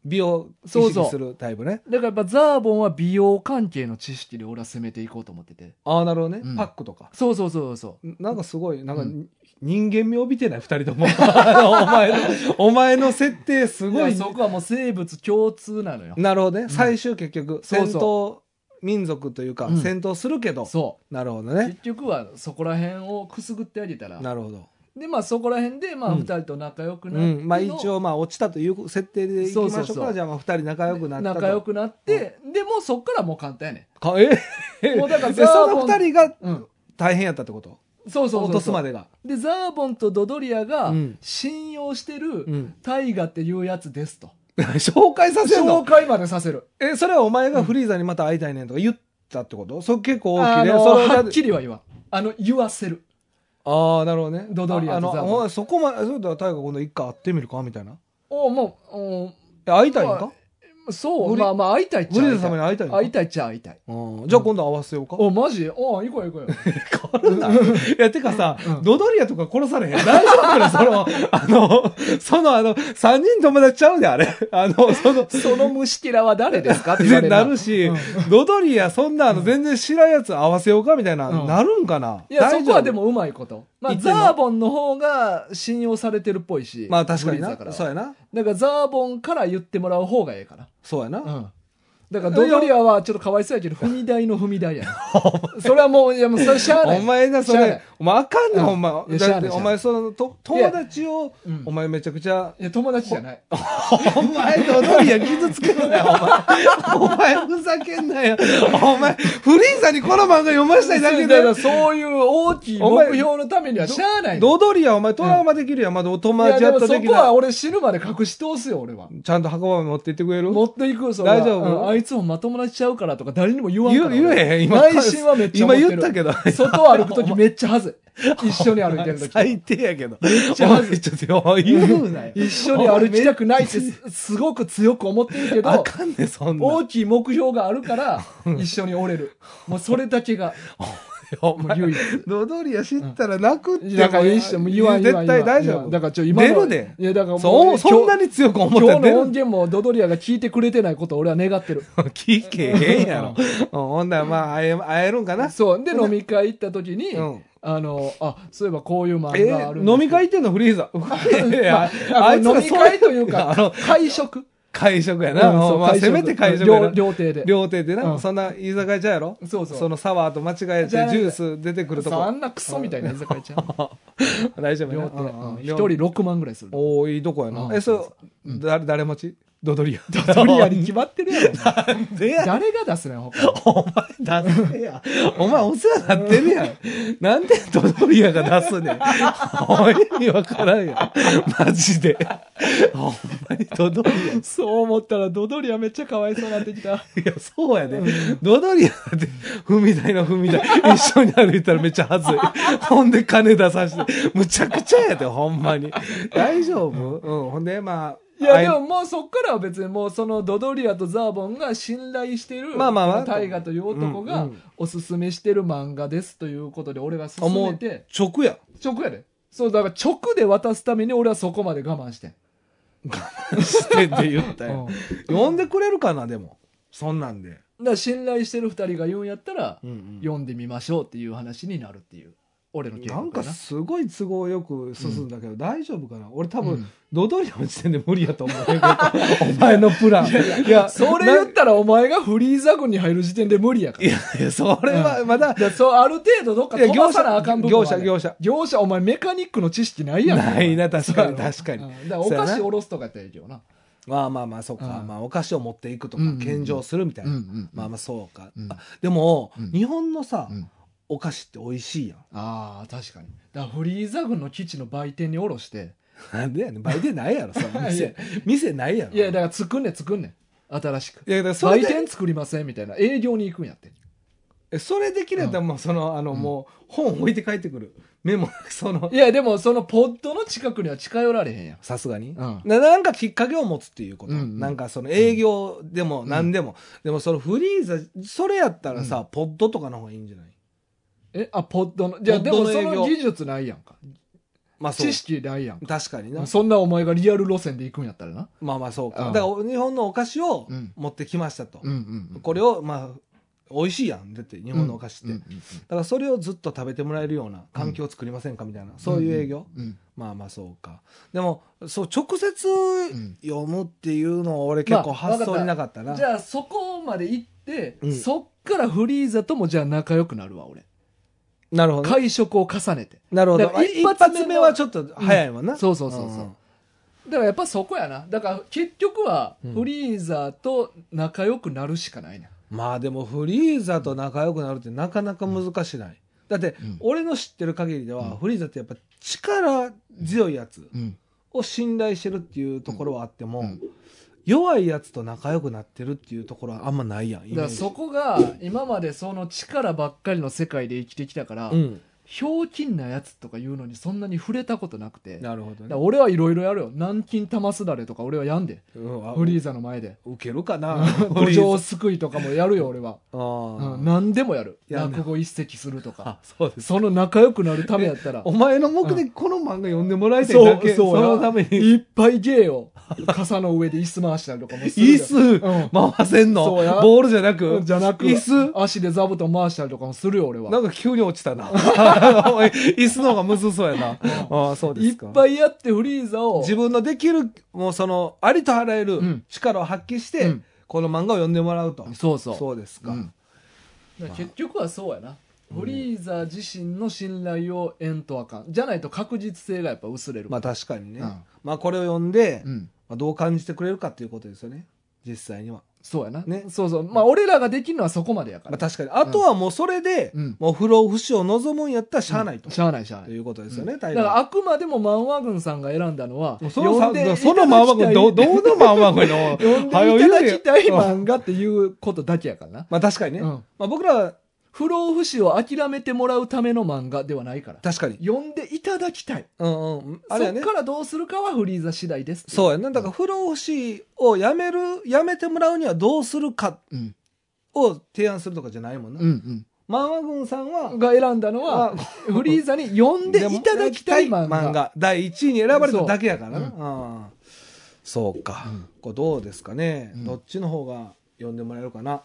Speaker 2: 美容意
Speaker 1: そうそう
Speaker 2: 識するタイプね。
Speaker 1: ん。だからやっぱザーボンは美容関係の知識で俺は攻めていこうと思ってて。
Speaker 2: ああ、なるほどね、
Speaker 1: うん
Speaker 2: パックとか。
Speaker 1: そうそうそうそ
Speaker 2: なんかすごい、なんか、
Speaker 1: う
Speaker 2: 人間味を帯びてない、二人とも。 あの お前の、お前の設定す
Speaker 1: う。
Speaker 2: ごい
Speaker 1: だからそこはもう生物共通なのよ。
Speaker 2: なるほどね。最終結局、
Speaker 1: そう
Speaker 2: 戦
Speaker 1: そ
Speaker 2: 闘民族というか、
Speaker 1: うん
Speaker 2: 戦闘するけど。
Speaker 1: そ
Speaker 2: なるほど
Speaker 1: う。
Speaker 2: ね。
Speaker 1: 結局はそこら辺をくすぐってあげたら。
Speaker 2: なるほど。
Speaker 1: で、まあそこら辺で、まあ
Speaker 2: うん
Speaker 1: 二人と仲良く
Speaker 2: う
Speaker 1: なっての。
Speaker 2: ん。まあ一応、まあ落ちたという設定でいきましょうか。
Speaker 1: そうそうそう
Speaker 2: じゃあまあ二人仲良くなったと。
Speaker 1: 仲良くなって、でもうそっからもう簡単やね
Speaker 2: か。え
Speaker 1: ん。もうだから
Speaker 2: で、
Speaker 1: ザー
Speaker 2: そ
Speaker 1: ボ
Speaker 2: の
Speaker 1: ン。
Speaker 2: 二人が
Speaker 1: うん。
Speaker 2: 大変やったってこと
Speaker 1: そうそうそうそう。
Speaker 2: 落とすまでが。
Speaker 1: で、ザーボンとドドリアが
Speaker 2: うん
Speaker 1: 信用してる
Speaker 2: うん。
Speaker 1: 大河っていうやつですと。
Speaker 2: 紹介させる
Speaker 1: 紹
Speaker 2: の
Speaker 1: 介までさせる。
Speaker 2: え、それはお前がフリーザにまた会いたいねんとか言ったってことそれ結構大
Speaker 1: あ
Speaker 2: きいね。
Speaker 1: の
Speaker 2: それだ
Speaker 1: は
Speaker 2: っ
Speaker 1: ってきりは言わん。あの、言わせる。
Speaker 2: ああ、なるほどね。
Speaker 1: ドドリア
Speaker 2: ああ
Speaker 1: と
Speaker 2: の、
Speaker 1: ザーボン
Speaker 2: ほんまそこまで、そうだ、大河今度一回会ってみるかみたいな。
Speaker 1: おもう、お
Speaker 2: え会いたいんか
Speaker 1: そう、
Speaker 2: ブリ
Speaker 1: まあまあ、会いたいっち
Speaker 2: フ
Speaker 1: ゃ
Speaker 2: リ
Speaker 1: 会い
Speaker 2: ー
Speaker 1: た
Speaker 2: ザ様
Speaker 1: い。
Speaker 2: に会いたいんか
Speaker 1: 会いたいっちゃ会いたい。
Speaker 2: うんじゃあ今度会わせようか。
Speaker 1: おマジお行こう行こうよ。
Speaker 2: 変わるな。いや、てかさ、
Speaker 1: うん
Speaker 2: ドドリアとか殺されへん。大丈夫な、その、あの、その、あの、三人友達ちゃうで、あれ。あの、その、
Speaker 1: その虫キラは誰ですかって言わ
Speaker 2: で
Speaker 1: れる。
Speaker 2: なるし、
Speaker 1: うん
Speaker 2: ドドリア、そんな、あの、全然知らんやつ合わせようかみたいな、
Speaker 1: うん
Speaker 2: なるんかな。
Speaker 1: いや、
Speaker 2: 大
Speaker 1: そ
Speaker 2: 丈夫
Speaker 1: こはで。もうまいこと。まあ、
Speaker 2: 言ってんの
Speaker 1: ザーボンの方が信用されてるっぽいし。
Speaker 2: まあ確かに
Speaker 1: ブリーザから
Speaker 2: な。
Speaker 1: は
Speaker 2: そうやな。
Speaker 1: だからザーボンから言ってもらう方がええから。
Speaker 2: そうやな。
Speaker 1: うん。だからドドリアはちょっとかわいそうやけど、踏み台の踏み 台やな。それはもう、いやもうそれしゃあない。
Speaker 2: お前な、そ
Speaker 1: しゃあない
Speaker 2: れ。お前あかんね、
Speaker 1: うんん
Speaker 2: ほんま。
Speaker 1: いやしゃ
Speaker 2: だ
Speaker 1: あ
Speaker 2: っ
Speaker 1: な
Speaker 2: て、
Speaker 1: い
Speaker 2: お前、その、と
Speaker 1: いや
Speaker 2: 友達を
Speaker 1: うん、
Speaker 2: お前めちゃくちゃ、
Speaker 1: いや、友達じゃない。
Speaker 2: お前、ドドリア傷つけんなよ、 お前。お前、ふざけんなよ。お前、フリーザにこの漫画読ましたいだけ
Speaker 1: だ
Speaker 2: で
Speaker 1: か。らそういう大きい目標のためにはしゃあない。
Speaker 2: ドドリア、お前トラウマできるやん。まだお友
Speaker 1: いや
Speaker 2: 達
Speaker 1: で
Speaker 2: やっ
Speaker 1: も
Speaker 2: た
Speaker 1: そ
Speaker 2: 時
Speaker 1: こは
Speaker 2: だ。
Speaker 1: 俺死ぬまで隠し通すよ、俺は。
Speaker 2: ちゃんと箱場持って行ってくれる
Speaker 1: 持っていく、それは
Speaker 2: 大丈夫
Speaker 1: うんあいつもまともなしちゃうからとか誰にも言わんか
Speaker 2: 言う
Speaker 1: ら。
Speaker 2: 言えへん今。
Speaker 1: 内心はめっちゃ思
Speaker 2: 今
Speaker 1: ってる。
Speaker 2: 言ったけど。
Speaker 1: 外歩くときめっちゃはずい。一緒に歩いてるとき。
Speaker 2: 最低やけど。
Speaker 1: ちゃ恥
Speaker 2: お前ちょっと、言うなよ。
Speaker 1: 一緒に歩きたくないってす すごく強く思ってるけ
Speaker 2: あ
Speaker 1: ど、
Speaker 2: かんねん、そんなん。
Speaker 1: 大きい目標があるから、一緒に折れる。もうそれだけが、
Speaker 2: お
Speaker 1: もう
Speaker 2: 前
Speaker 1: 唯一。
Speaker 2: ドドリア知ったら泣くって
Speaker 1: だから一緒、もう言わん言わん
Speaker 2: 絶
Speaker 1: 言わん
Speaker 2: 対大丈
Speaker 1: 言わん
Speaker 2: 夫
Speaker 1: だからちょ、今の。
Speaker 2: 出るで
Speaker 1: いや、だから
Speaker 2: そうそんな
Speaker 1: に
Speaker 2: に強く思
Speaker 1: 今
Speaker 2: っ
Speaker 1: 日
Speaker 2: たら
Speaker 1: 今日
Speaker 2: 出
Speaker 1: の
Speaker 2: る
Speaker 1: 音源もドドリアが聞いてくれてないことを俺は願って る。
Speaker 2: 聞けへんやろ。うんほんならまあ会え、会えるんかな。
Speaker 1: そう。で、飲み会行った時に、
Speaker 2: うん
Speaker 1: あの、あ、そういえばこういう漫
Speaker 2: え
Speaker 1: 画あるんですけど
Speaker 2: 飲み 会行ってんのフリーザ。いや
Speaker 1: まあ、あの飲み会という
Speaker 2: あ
Speaker 1: か
Speaker 2: の、
Speaker 1: 会食。
Speaker 2: 会食や
Speaker 1: うん
Speaker 2: な。
Speaker 1: そう
Speaker 2: まあ、
Speaker 1: 会食
Speaker 2: せめて会食や
Speaker 1: 料
Speaker 2: な。
Speaker 1: 料亭で。
Speaker 2: 料亭でな、
Speaker 1: うん
Speaker 2: そんな居酒屋ちゃうやろ
Speaker 1: そうそう
Speaker 2: のサワーと間違えてジ
Speaker 1: じゃあ
Speaker 2: ュース出てくると
Speaker 1: そうあ
Speaker 2: こ。
Speaker 1: んなクソみたいな居酒屋ちゃう。
Speaker 2: 大丈夫や
Speaker 1: 料
Speaker 2: な
Speaker 1: 亭。うん一
Speaker 2: 料
Speaker 1: 人6万ぐらいする。
Speaker 2: おおいいどこや
Speaker 1: う
Speaker 2: な。
Speaker 1: ん
Speaker 2: え、そう、誰、誰持ちド ドリア。
Speaker 1: ド リアに決まってるや ろ。
Speaker 2: でや
Speaker 1: 誰が出すねん、他。
Speaker 2: お前出せや。お前お世話になってるやん。なんでドドリアが出すねん。おい意味わからんやん。マジで。ほんまにドドリア。い
Speaker 1: そう思ったらドドリアめっちゃかわいそうになってき た。
Speaker 2: や、そうやで、ドドリアって、踏み台の踏み台。一緒に歩いたらめっちゃ恥ずい。ほんで金出さして。むちゃくちゃやで、ほんまに。大丈夫うん。ほんで、まあ。
Speaker 1: いや、
Speaker 2: あ
Speaker 1: でももうそっからは別にもうそのドドリアとザーボンが信頼してる、
Speaker 2: まあまあまあ
Speaker 1: 大河という男
Speaker 2: う
Speaker 1: が
Speaker 2: んうん
Speaker 1: おすすめしてる漫画ですということで俺が
Speaker 2: あ
Speaker 1: 勧
Speaker 2: も
Speaker 1: め
Speaker 2: う
Speaker 1: て、
Speaker 2: 直や。
Speaker 1: 直やで。そう、だから直で渡すために俺はそこまで我慢してん。
Speaker 2: してって言ったよ
Speaker 1: うん。
Speaker 2: 呼んでくれるかな、でも。そんなんで。
Speaker 1: だから信頼してる二人が言うんやったら、
Speaker 2: ん
Speaker 1: 読んでみましょうっていう話になるっていう。俺の記
Speaker 2: なん
Speaker 1: 憶か
Speaker 2: か
Speaker 1: な。
Speaker 2: すごい都合よく進んだけど、大丈夫かな俺多分、
Speaker 1: うん
Speaker 2: ドドリの時点で無理やと 思うけどお前のプラン。いや、いや
Speaker 1: それ言ったらお前がフリーザ軍に入る時点で無理やから。
Speaker 2: いや、それはまだ
Speaker 1: だ、からそう、ある程度どっか
Speaker 2: いや
Speaker 1: 飛ばさなあかん部分はある
Speaker 2: 業者
Speaker 1: 業者、お前メカニックの知識ないやん。
Speaker 2: ない な、確か
Speaker 1: そ
Speaker 2: に、
Speaker 1: うやろ
Speaker 2: 確かに。
Speaker 1: うんだからお菓子おろすとかやったらいいけどな。
Speaker 2: まあまあまあ、そっか、
Speaker 1: うん
Speaker 2: まあ、お菓子を持っていくとか
Speaker 1: うんうんう、ん
Speaker 2: 献上するみたいな。
Speaker 1: うんうんうん
Speaker 2: まあまあ、そうか。
Speaker 1: うん
Speaker 2: あでも、
Speaker 1: うん
Speaker 2: 日本のさ、
Speaker 1: うん
Speaker 2: お菓子って美味しいやん。
Speaker 1: ああ、確かに。だからフリーザ軍の基地の売店におろして、
Speaker 2: なんでやねん。売店 ないやろ、そんな
Speaker 1: いや
Speaker 2: 店。店ないやろ。
Speaker 1: いや、だから作んねん作んねん。新しく。
Speaker 2: いやだからそれ
Speaker 1: 売
Speaker 2: で
Speaker 1: 店作りませんみたいな。営業に行くんやって。
Speaker 2: えそれできれば、もうその、あの、
Speaker 1: うん
Speaker 2: もう、本置いて帰ってくる。メモ、その
Speaker 1: い、や、でもそのポッドの近くには近寄られへんやん。
Speaker 2: さすがに。
Speaker 1: うん。
Speaker 2: ななんかきっかけを持つっていうこと、
Speaker 1: うんうん
Speaker 2: なんかその営業でも
Speaker 1: ん
Speaker 2: 何でも、でもそのフリーザそれやったらさ、ポッドとかの方がいいんじゃない
Speaker 1: え、あ、ポッドの。じゃあ
Speaker 2: ポッ
Speaker 1: で
Speaker 2: ド
Speaker 1: も
Speaker 2: の営業
Speaker 1: その技術ないやんか。
Speaker 2: まあそう
Speaker 1: 知識ないやんか。
Speaker 2: 確かにな、
Speaker 1: そんなお前がリアル路線で行くんやったらな。
Speaker 2: まあまあそうか、
Speaker 1: うん
Speaker 2: だから日本のお菓子を
Speaker 1: うん
Speaker 2: 持ってきましたと、
Speaker 1: んうん
Speaker 2: これをまあ美味しいやんだって日本のお菓子って、
Speaker 1: うん
Speaker 2: だからそれをずっと食べてもらえるような環境を作りませんかみたいな、そういう営業、
Speaker 1: うん
Speaker 2: まあまあそうかでもそう直接
Speaker 1: ん
Speaker 2: 読むっていうのは俺結構
Speaker 1: まあ
Speaker 2: 発想になかったな、
Speaker 1: じゃあそこまで行って、
Speaker 2: うん
Speaker 1: そっからフリーザともじゃあ仲良くなるわ俺
Speaker 2: なるほどね
Speaker 1: 会食を重ねて
Speaker 2: なるほど
Speaker 1: だから
Speaker 2: 一
Speaker 1: 一
Speaker 2: 発
Speaker 1: 発
Speaker 2: 目
Speaker 1: 目
Speaker 2: の
Speaker 1: の
Speaker 2: 一発目はちょっと早いわな、
Speaker 1: うんそうそうそうそうだからやっぱそこやなだから結局は
Speaker 2: うん
Speaker 1: フリーザと仲良くなるしかないね、
Speaker 2: まあでもフリーザと仲良くなるってなかなか難しないだって
Speaker 1: うん
Speaker 2: 俺の知ってる限りでは
Speaker 1: うん
Speaker 2: フリーザってやっぱ力強いやつ
Speaker 1: うん、
Speaker 2: を信頼してるっていうところはあっても、
Speaker 1: うん
Speaker 2: 弱いやつと仲良くなってるっていうところはあんまないやんイメ
Speaker 1: だか
Speaker 2: ー
Speaker 1: ら
Speaker 2: ジ
Speaker 1: そこが今までその力ばっかりの世界で生きてきたから、
Speaker 2: うん
Speaker 1: ひょうきんなやつとかいうのにそんなに触れたことなくてだか
Speaker 2: なるほど
Speaker 1: ら
Speaker 2: ね
Speaker 1: 俺はいろいろやるよ軟禁玉すだれとか俺はやんで
Speaker 2: うんあ
Speaker 1: フリーザの前で
Speaker 2: ウケるかな
Speaker 1: 土壌すくいとかもやるよ俺は
Speaker 2: あー、
Speaker 1: うん、何でもやる
Speaker 2: やんね
Speaker 1: 落語一席するとか
Speaker 2: あそうです
Speaker 1: その仲良くなるためやったら
Speaker 2: お前の目的この漫画読んでもらいたい
Speaker 1: そ
Speaker 2: だ
Speaker 1: う
Speaker 2: け
Speaker 1: そうや
Speaker 2: のために
Speaker 1: いっぱい芸を傘の上で椅子回したりとかもする
Speaker 2: 椅
Speaker 1: やん
Speaker 2: 子回せんの
Speaker 1: そうや
Speaker 2: ボールじゃなく
Speaker 1: うんじゃなく
Speaker 2: 椅子
Speaker 1: 足で座布団回したりとかもするよ俺
Speaker 2: な
Speaker 1: は
Speaker 2: んか急に落ち たな。椅子の方がむずそうやな。ああ、そうで
Speaker 1: い
Speaker 2: す
Speaker 1: っ
Speaker 2: か。
Speaker 1: ぱいやってフリーザを
Speaker 2: 自分のできる、もうその、ありとあらゆ
Speaker 1: う
Speaker 2: る
Speaker 1: ん
Speaker 2: 力を発揮して、
Speaker 1: うん
Speaker 2: この漫画を読んでもらうと。
Speaker 1: そうそう
Speaker 2: そうですか。
Speaker 1: うんだから結局はそうやなフリーザ自身の信頼を得んとあかんじゃないと確実性がやっぱ薄れる
Speaker 2: まあ確かにね。
Speaker 1: うん
Speaker 2: まあこれを読んで、
Speaker 1: うん
Speaker 2: まあどう感じてくれるかっていうことですよね。実際には。
Speaker 1: そうやな
Speaker 2: ね
Speaker 1: そうそうまあ俺らができるのはそこまでやか
Speaker 2: まあ
Speaker 1: ら
Speaker 2: 確かに。あとはもうそれで、
Speaker 1: うん
Speaker 2: もう不老不死を望むんやったらしゃあないと。
Speaker 1: しゃあないしゃあない
Speaker 2: ということですよね、
Speaker 1: だ
Speaker 2: 大
Speaker 1: から
Speaker 2: 概
Speaker 1: あくまでも漫画軍さんが選んだのは
Speaker 2: そのさ
Speaker 1: 読んでいただきた
Speaker 2: その
Speaker 1: い
Speaker 2: まんまこれど、どのまんまこれ の、
Speaker 1: 読ん
Speaker 2: は
Speaker 1: で
Speaker 2: よ
Speaker 1: い
Speaker 2: 言
Speaker 1: た
Speaker 2: うよ
Speaker 1: だきたい漫画っていうことだけやからな、
Speaker 2: まあ確かにね。
Speaker 1: うん
Speaker 2: まあ僕らは
Speaker 1: 不老不死を諦めてもらうための漫画ではないから
Speaker 2: 確かに。
Speaker 1: 読んでいただきたい
Speaker 2: うんうん。あれやね
Speaker 1: そっ。からどうするかはフリーザ次第です
Speaker 2: そう
Speaker 1: う、
Speaker 2: やね。だから不老不死をやめる、やめてもらうにはどうするか
Speaker 1: うん、
Speaker 2: を提案するとかじゃないもんな。
Speaker 1: うん
Speaker 2: マンワ軍さんは、
Speaker 1: が選んだのはフリーザに読んでいただきたい漫画
Speaker 2: 第1位に選ばれただけやからな。
Speaker 1: そう
Speaker 2: うんそうか
Speaker 1: うん。
Speaker 2: これどうですかね。
Speaker 1: うん
Speaker 2: どっちの方が読んでもらえるかな。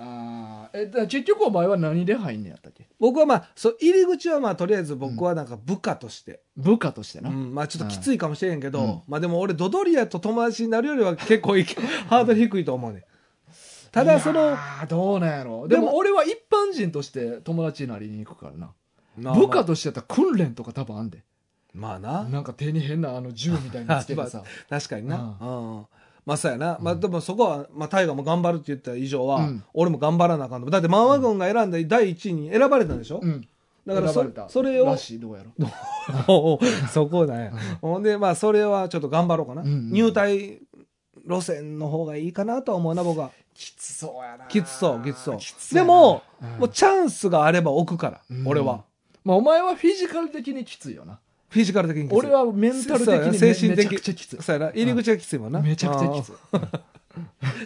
Speaker 1: あーえだから結局お前は何で入んねやったっけ
Speaker 2: 僕はまあ、そう入り口はまあ、とりあえず僕はなんか部下として、
Speaker 1: 部下としてな、
Speaker 2: うんまあちょっときついかもしれんけど、
Speaker 1: うん
Speaker 2: まあでも俺ドドリアと友達になるよりは結構い けハードル低いと思うねただそ
Speaker 1: い
Speaker 2: の
Speaker 1: やーどうなんやろ
Speaker 2: で
Speaker 1: で
Speaker 2: も
Speaker 1: も俺は一般人として友達になりに行くからな
Speaker 2: まあ
Speaker 1: 部下としてやったら訓練とか多分あんで
Speaker 2: まあな
Speaker 1: なんか手に変なあの銃みたいにつけてさ
Speaker 2: 確かにな、うんまあそうやな、まあ
Speaker 1: うん
Speaker 2: でもそこは、まあ、タイガーも頑張るって言った以上は、
Speaker 1: うん
Speaker 2: 俺も頑張らなあかんとだってマンワ軍が選んだ第1位に選ばれたんでしょ、
Speaker 1: うん
Speaker 2: だからそ
Speaker 1: 選ばれた
Speaker 2: それを
Speaker 1: らしいどうやろ
Speaker 2: おうおうそこだよほんでまあそれはちょっと頑張ろうかな、
Speaker 1: うんうん
Speaker 2: 入隊路線の方がいいかなとは思うな僕は
Speaker 1: きつそうやな
Speaker 2: きつそうきつそう
Speaker 1: や
Speaker 2: で
Speaker 1: な
Speaker 2: も、
Speaker 1: うん
Speaker 2: もうチャンスがあれば置くから、
Speaker 1: うん
Speaker 2: 俺は
Speaker 1: まあお前はフィジカル的にきついよな
Speaker 2: フィジカル的にきつい
Speaker 1: 俺はメンタル的にめ
Speaker 2: そうやな精神的
Speaker 1: めちゃくちゃきつい
Speaker 2: そうやな入り口がきついもんな、
Speaker 1: めちゃくちゃきつい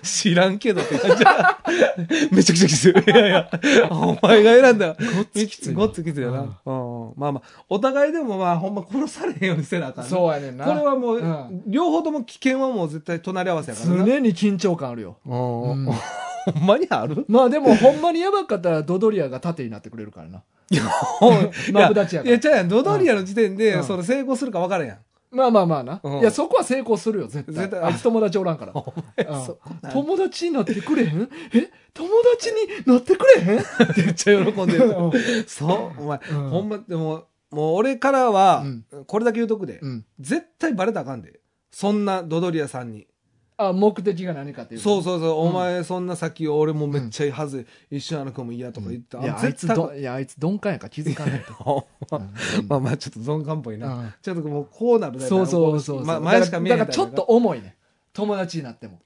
Speaker 2: 知らんけどって感じめちゃくちゃきつい。いやいや、お前が選んだ。
Speaker 1: ごっつきついな
Speaker 2: ごっつきついよな。うんまあまあ、お互いでもまあ、ほんま殺されへんようにせなあかんなこ
Speaker 1: そうやねん
Speaker 2: れ
Speaker 1: な
Speaker 2: はもう、
Speaker 1: うん
Speaker 2: 両方とも危険はもう絶対隣り合わせやからな。
Speaker 1: 常に緊張感あるよ
Speaker 2: うん
Speaker 1: うん
Speaker 2: ほんまにある
Speaker 1: まあでもほんまにやばかったらドドリアが盾になってくれるからな。マブダチや
Speaker 2: い
Speaker 1: か
Speaker 2: や、
Speaker 1: ら。
Speaker 2: ちゃうやん。ドドリアの時点で、
Speaker 1: うん
Speaker 2: その成功するか分からへん。
Speaker 1: まあまあまあな。
Speaker 2: うん
Speaker 1: いや、そこは成功するよ、絶対。
Speaker 2: 絶対
Speaker 1: あいつ友達おらん から。うん友達になってくれへんえ友達になってくれへん
Speaker 2: めっちゃ喜んで る。
Speaker 1: う
Speaker 2: そう、お前、
Speaker 1: ん
Speaker 2: ほんま、でも、もう俺からは
Speaker 1: うん、
Speaker 2: これだけ言うとくで、
Speaker 1: うん
Speaker 2: 絶対バレたらあかんで。そんなドドリアさんに。
Speaker 1: あ、目的が何かっていう。
Speaker 2: そううそうそう、お前そんな先俺もめっちゃはずい、一緒に歩くのも嫌とか言った。
Speaker 1: いや、あいつ
Speaker 2: 絶対
Speaker 1: ど、いや、あいつ鈍感やから気づかない と。
Speaker 2: ほんま
Speaker 1: うん
Speaker 2: まあまあ、ちょっと鈍感っぽいな。
Speaker 1: うん
Speaker 2: ちょっともうこうなるだよ
Speaker 1: そうそうそうそう。
Speaker 2: ま前しか見えへん
Speaker 1: だからだからちょっと。重いね。友達になっても。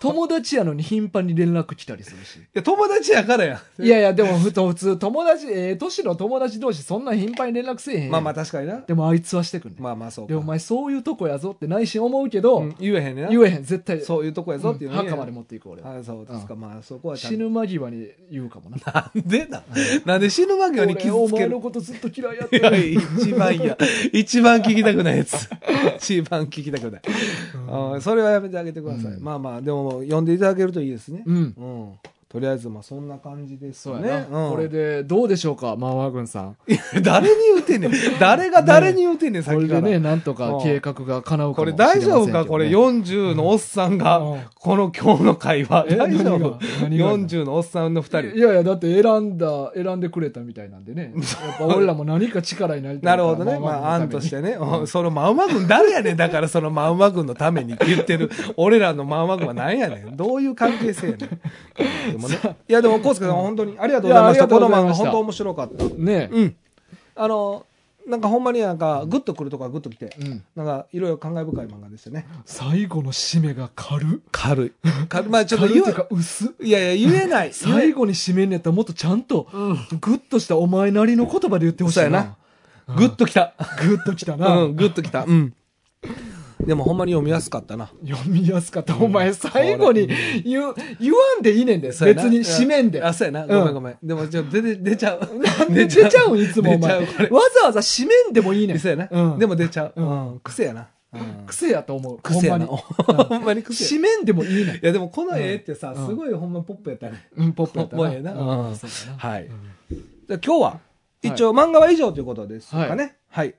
Speaker 1: 友達やのに頻繁に連絡来たりする し。
Speaker 2: いや、友達やからやん。
Speaker 1: いやいや、でもふと普通、友達、ええ年の友達同士そんな頻繁に連絡せえへんやん。
Speaker 2: まあまあ、確かにな。
Speaker 1: でもあいつはしてくんねん。
Speaker 2: まあまあ、そうか。
Speaker 1: で、お前そういうとこやぞって内心思うけど、
Speaker 2: うん言えへんねんな。
Speaker 1: 言えへん、絶対。
Speaker 2: そういうとこやぞっていううんのに
Speaker 1: 墓まで持っていく俺は。
Speaker 2: あそうですか、まあそこはちゃん
Speaker 1: 死
Speaker 2: と
Speaker 1: ぬ間際に言うか もな。
Speaker 2: なんでだなんで死ぬ間際に傷
Speaker 1: 俺お
Speaker 2: つけ
Speaker 1: 前
Speaker 2: る
Speaker 1: のことずっと嫌いやっ
Speaker 2: い
Speaker 1: て
Speaker 2: や
Speaker 1: る。
Speaker 2: 一番いや一番聞きたくないやつ一番聞きたくない、あーそれはやめてあげてください、
Speaker 1: うん
Speaker 2: まあまあでも呼んでいただけるといいですね
Speaker 1: うん。
Speaker 2: うん、とりあえずまあそんな感じです
Speaker 1: そう
Speaker 2: ね
Speaker 1: やな。
Speaker 2: ん、
Speaker 1: これで、どうでしょうか、マンワー軍さん。
Speaker 2: いや誰に言うてんねん誰が誰に言うてんねん、
Speaker 1: こ
Speaker 2: さっ
Speaker 1: れ
Speaker 2: きか
Speaker 1: でね、
Speaker 2: ら、
Speaker 1: なんとか計画が叶うか
Speaker 2: こ
Speaker 1: もし
Speaker 2: れ
Speaker 1: れません
Speaker 2: 大
Speaker 1: けどね
Speaker 2: 丈夫かこれ40のおっさんが、
Speaker 1: うん
Speaker 2: この今日の会話
Speaker 1: え
Speaker 2: 大丈
Speaker 1: 何
Speaker 2: 夫
Speaker 1: が何が
Speaker 2: 40のおっさんの2人
Speaker 1: いやいや、だって選んだ、選んでくれたみたいなんで ね。やっぱ俺らも何か力になりた
Speaker 2: な
Speaker 1: か
Speaker 2: いる
Speaker 1: ら。
Speaker 2: ほどね。
Speaker 1: マ
Speaker 2: ま
Speaker 1: ン
Speaker 2: あ、
Speaker 1: ワー軍のために
Speaker 2: 案としてね。うん そのマウマ軍誰やねん。だからそのマウマ軍のためにって言って る、俺らのマウマ軍は何やねん。どういう関係性やね ん。でもね。いや、でも、コウスケさん本当にありがとうございまし
Speaker 1: いやあ
Speaker 2: た。
Speaker 1: りが
Speaker 2: ことの
Speaker 1: うござい
Speaker 2: 漫画
Speaker 1: ました
Speaker 2: 本当面白かった。
Speaker 1: ね
Speaker 2: うん。あの、なんかほんまになんか、グッとくるとこはグッときて、
Speaker 1: うん。
Speaker 2: なんかいろいろ感慨深い漫画でしたね。
Speaker 1: 最後の締めが軽っ。
Speaker 2: 軽い。軽い。まあちょっと
Speaker 1: 軽い
Speaker 2: 言
Speaker 1: っていう か薄っ。
Speaker 2: う、いやいや、言えない。
Speaker 1: 最後に締めんねやったらもっとちゃんと、グッとしたお前なりの言葉で言ってほしい
Speaker 2: そうや
Speaker 1: な。
Speaker 2: 言えグッときた。
Speaker 1: グッときたな。
Speaker 2: うん、グッときた。うん。でもほんまに読みやすかったな。
Speaker 1: 読みやすかった。お前、最後に言う、言わんでいいねんで。別
Speaker 2: そうやな
Speaker 1: に、締めんで。
Speaker 2: あ、そうやな。ごめんごめん。でも、ちょ、出て、出ちゃう。
Speaker 1: なんで出ちゃうんいつもお
Speaker 2: 出ちゃ
Speaker 1: 前。
Speaker 2: う
Speaker 1: わ
Speaker 2: これ
Speaker 1: ざわざ締めんでもいいねん。
Speaker 2: そうや
Speaker 1: う
Speaker 2: な。
Speaker 1: ん
Speaker 2: でも出ちゃう。
Speaker 1: う
Speaker 2: うん。癖やな。うん
Speaker 1: 癖やと思う。
Speaker 2: 癖や な。
Speaker 1: ほんま
Speaker 2: ほんまに
Speaker 1: に
Speaker 2: 癖や。
Speaker 1: 締めんでもいいねん
Speaker 2: い。や、でもこの絵ってさ、
Speaker 1: うん
Speaker 2: すごいほんまポップやったね。
Speaker 1: うん、ポップやった
Speaker 2: ほんまやな
Speaker 1: うん
Speaker 2: うん
Speaker 1: そうやな
Speaker 2: はい。じゃあ今日は、一応漫画は以上ということですかね。はい。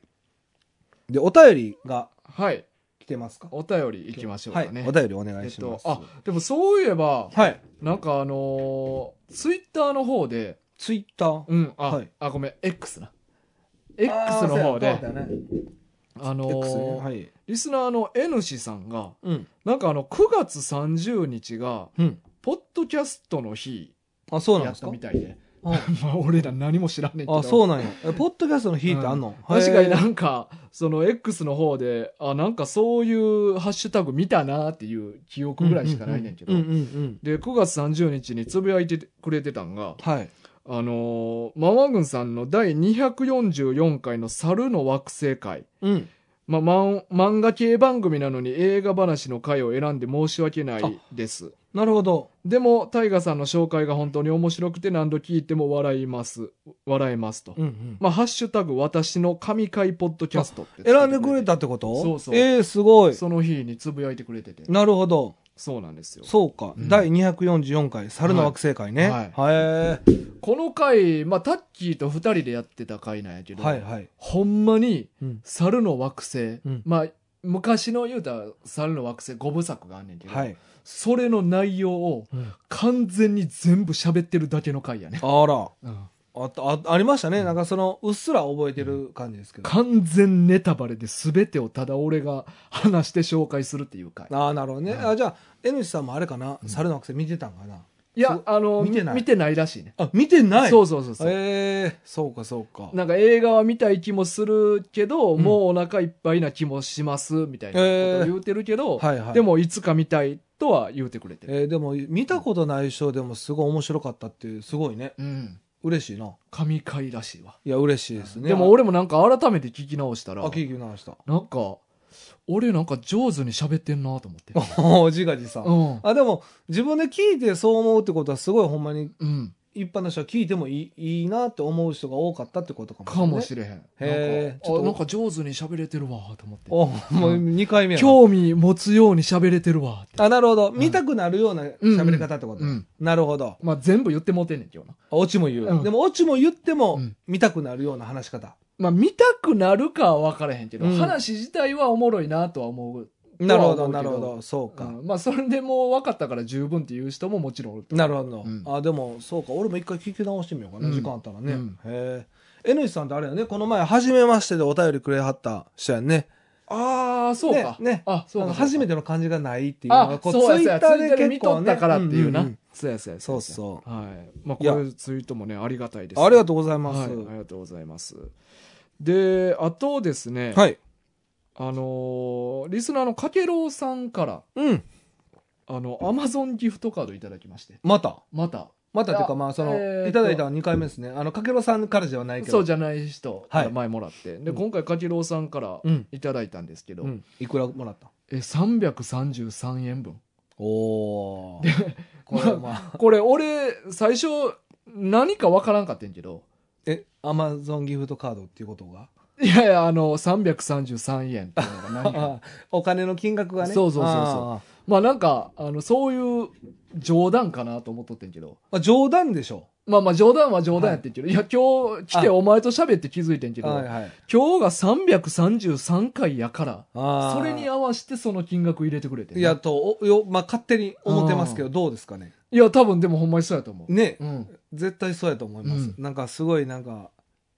Speaker 2: で、お便りが
Speaker 1: はい。
Speaker 2: 来てますか
Speaker 1: お便り行きましょうか
Speaker 2: はい。
Speaker 1: ね。
Speaker 2: お便りお願
Speaker 1: え
Speaker 2: い
Speaker 1: っ
Speaker 2: しま
Speaker 1: と
Speaker 2: す、。
Speaker 1: あ、でもそういえば、
Speaker 2: はい。
Speaker 1: なんかあのー、ツイッターの方で、
Speaker 2: ツイッター。
Speaker 1: うん、あ
Speaker 2: はい、
Speaker 1: あ、ごめん、X な。X の方
Speaker 2: あー
Speaker 1: で
Speaker 2: そう、やそうだね
Speaker 1: あの
Speaker 2: X ね
Speaker 1: ー、
Speaker 2: はい。
Speaker 1: リスナーの N 氏さんが、
Speaker 2: うん。
Speaker 1: なんかあの、9月30日が、
Speaker 2: うん。
Speaker 1: ポッドキャストの日
Speaker 2: あ、そうなん
Speaker 1: やっ
Speaker 2: ですか
Speaker 1: たみたいで。
Speaker 2: あ
Speaker 1: まあ、俺ら何も知らんねんけど。
Speaker 2: あ、そうなんや。えポッドキャストの日ってあんの
Speaker 1: 確かにな
Speaker 2: へー
Speaker 1: んか、その X の方で、あ、なんかそういうハッシュタグ見たなっていう記憶ぐらいしかないねんけど
Speaker 2: うんう。んうん。
Speaker 1: で、9月30日につぶやいてくれてたんが、
Speaker 2: はい。
Speaker 1: あのーマワ軍さんの第244回の猿の惑星会。
Speaker 2: うん。
Speaker 1: まあ、マン漫画系番組なのに映画話の回を選んで申し訳ないです。
Speaker 2: なるほど。
Speaker 1: でも、タイガさんの紹介が本当に面白くて何度聞いても笑います。笑えますと。
Speaker 2: んうん。
Speaker 1: まあ、ハッシュタグ、私の神回ポッドキャストってつけて
Speaker 2: 選んでくれたってこと
Speaker 1: そうそう
Speaker 2: ええすごい。
Speaker 1: その日につぶやいてくれてて。
Speaker 2: なるほど。
Speaker 1: そうなんですよ。
Speaker 2: そうか。
Speaker 1: うん
Speaker 2: 第244回、猿の惑星会ね。
Speaker 1: はい
Speaker 2: は
Speaker 1: この回、まあ、タッキーと二人でやってた回なんやけ
Speaker 2: い。
Speaker 1: ど、
Speaker 2: はいはい。
Speaker 1: ほんまに
Speaker 2: うん、
Speaker 1: 猿の惑星、
Speaker 2: うん
Speaker 1: まあ、昔の言うたら猿の惑星五部作があんねんけど、
Speaker 2: はい。
Speaker 1: それの内容を完全に全部喋ってるだけの回やね。
Speaker 2: あら。
Speaker 1: うん
Speaker 2: あったあ、ありましたね。なんかその、うっすら覚えてる感じですけど。
Speaker 1: 完全ネタバレで全てをただ俺が話して紹介するっていう回。
Speaker 2: ああ、なるほどね。
Speaker 1: うん
Speaker 2: あじゃあ、N 氏さんもあれかな。
Speaker 1: うん
Speaker 2: 猿の惑星見てたんかな。
Speaker 1: いや、あの、
Speaker 2: 見てない
Speaker 1: 見てないらしいね。
Speaker 2: あ、見てない
Speaker 1: そううそうそうそう。
Speaker 2: ええそうかそうか。
Speaker 1: なんか映画は見たい気もするけど、
Speaker 2: うん
Speaker 1: もうお腹いっぱいな気もしますみたいなことを言うてるけど、
Speaker 2: はいはい。
Speaker 1: でもいつか見たいとは言うてくれてる、
Speaker 2: えーでも見たことない賞でもすごい面白かったっていうすごいね
Speaker 1: うん
Speaker 2: 嬉しいな
Speaker 1: 神回らしいわ
Speaker 2: いや嬉しいですね
Speaker 1: でも俺もなんか改めて聞き直した
Speaker 2: あ
Speaker 1: ら
Speaker 2: あ聞き直した
Speaker 1: なんか俺なんか上手に喋ってんなと思って
Speaker 2: お自画自賛
Speaker 1: う
Speaker 2: あでも自分で聞いてそう思うってことはすごいほんまに
Speaker 1: ん、うん、
Speaker 2: い一般の人は聞いてもいいいいなって思う人が多かったってことかも
Speaker 1: かも
Speaker 2: れ
Speaker 1: しれへん。な
Speaker 2: へー
Speaker 1: んかあなんか上手に喋れてるわ、と思って。
Speaker 2: ないね。おもう2回目やな
Speaker 1: 興味持つように喋れてるわ、って。
Speaker 2: あ、なるほど。見たくなるような喋り方ってこと、
Speaker 1: うんうん
Speaker 2: なるほど。
Speaker 1: まあ、全部言ってもうてんねん、今日な。
Speaker 2: オチも言う。
Speaker 1: うん
Speaker 2: でも、オチも言っても、
Speaker 1: うん
Speaker 2: 見たくなるような話し方。
Speaker 1: まあ、見たくなるかは分からへんけど、
Speaker 2: うん
Speaker 1: 話自体はおもろいなとは思う。
Speaker 2: なるほど、
Speaker 1: と
Speaker 2: な
Speaker 1: は
Speaker 2: る
Speaker 1: 思うけ
Speaker 2: ほ
Speaker 1: ど
Speaker 2: ど。そうか。
Speaker 1: うんまあ、それでもう分かったから十分っていう人ももちろんおると。
Speaker 2: なるほど、
Speaker 1: うん
Speaker 2: あでもそうか俺も一回聞き直してみようかな、
Speaker 1: うん
Speaker 2: 時間あったらね、
Speaker 1: うん
Speaker 2: へえ N さんってあれやねこの前初めましてでお便りくれはった人やんね
Speaker 1: ああ、そうか。
Speaker 2: ねね
Speaker 1: あ、そうか。
Speaker 2: あの初め
Speaker 1: て
Speaker 2: ての感じがないっていうの
Speaker 1: あ
Speaker 2: が、こ
Speaker 1: そうう
Speaker 2: ツ
Speaker 1: やそうやツ
Speaker 2: イッタ
Speaker 1: イッ
Speaker 2: ー
Speaker 1: ター
Speaker 2: で
Speaker 1: で
Speaker 2: 結
Speaker 1: 見
Speaker 2: 構
Speaker 1: とっ
Speaker 2: ね
Speaker 1: たからっていうな。
Speaker 2: んん
Speaker 1: そうやそうや
Speaker 2: そうそ
Speaker 1: はい。まあ、
Speaker 2: いや
Speaker 1: これツイートもね、ありがたいです。
Speaker 2: うありがとうございます
Speaker 1: はい、ありがとうございます。で、あとですね、
Speaker 2: はい、
Speaker 1: あのーリスナーのかけろうさんから、
Speaker 2: うん
Speaker 1: あの、アマゾンギフトカードいただきまして、
Speaker 2: また
Speaker 1: また、
Speaker 2: またっていうかまあその、
Speaker 1: いやえーっと
Speaker 2: いただいたのは2回目ですねあのかけろさんからじゃないけど
Speaker 1: そうじゃない人、
Speaker 2: はい
Speaker 1: 前もらって、で、
Speaker 2: うん
Speaker 1: 今回かけろうさんから
Speaker 2: うん、
Speaker 1: いただいたんですけど、
Speaker 2: うん、いくらもらった
Speaker 1: え、333円分。
Speaker 2: おお これまあ
Speaker 1: これ、俺、最初、何かわからんかってんけど、
Speaker 2: えアマゾンギフトカードっていうことが
Speaker 1: いやいや、あの、333円っていうのが何 か。
Speaker 2: あお金の金額がね
Speaker 1: そうそうそうそう
Speaker 2: あー
Speaker 1: まあなんか、あの、そういう冗談かなと思っとってんけど。
Speaker 2: まあ、冗談でしょ
Speaker 1: まあまあ冗談は冗談やってんけど、い、や今日来て
Speaker 2: あ
Speaker 1: お前と喋って気づいてんけど、
Speaker 2: はい
Speaker 1: 今日が333回やから、
Speaker 2: あー
Speaker 1: それに合わせてその金額入れてくれてん
Speaker 2: い
Speaker 1: な
Speaker 2: やとおよ、まあ、勝手に思ってますけどどうですかね
Speaker 1: いや多分でもほんまにそうやと思う。
Speaker 2: ね、
Speaker 1: うん。
Speaker 2: 絶対そうやと思います、
Speaker 1: う
Speaker 2: なんかすごいなんか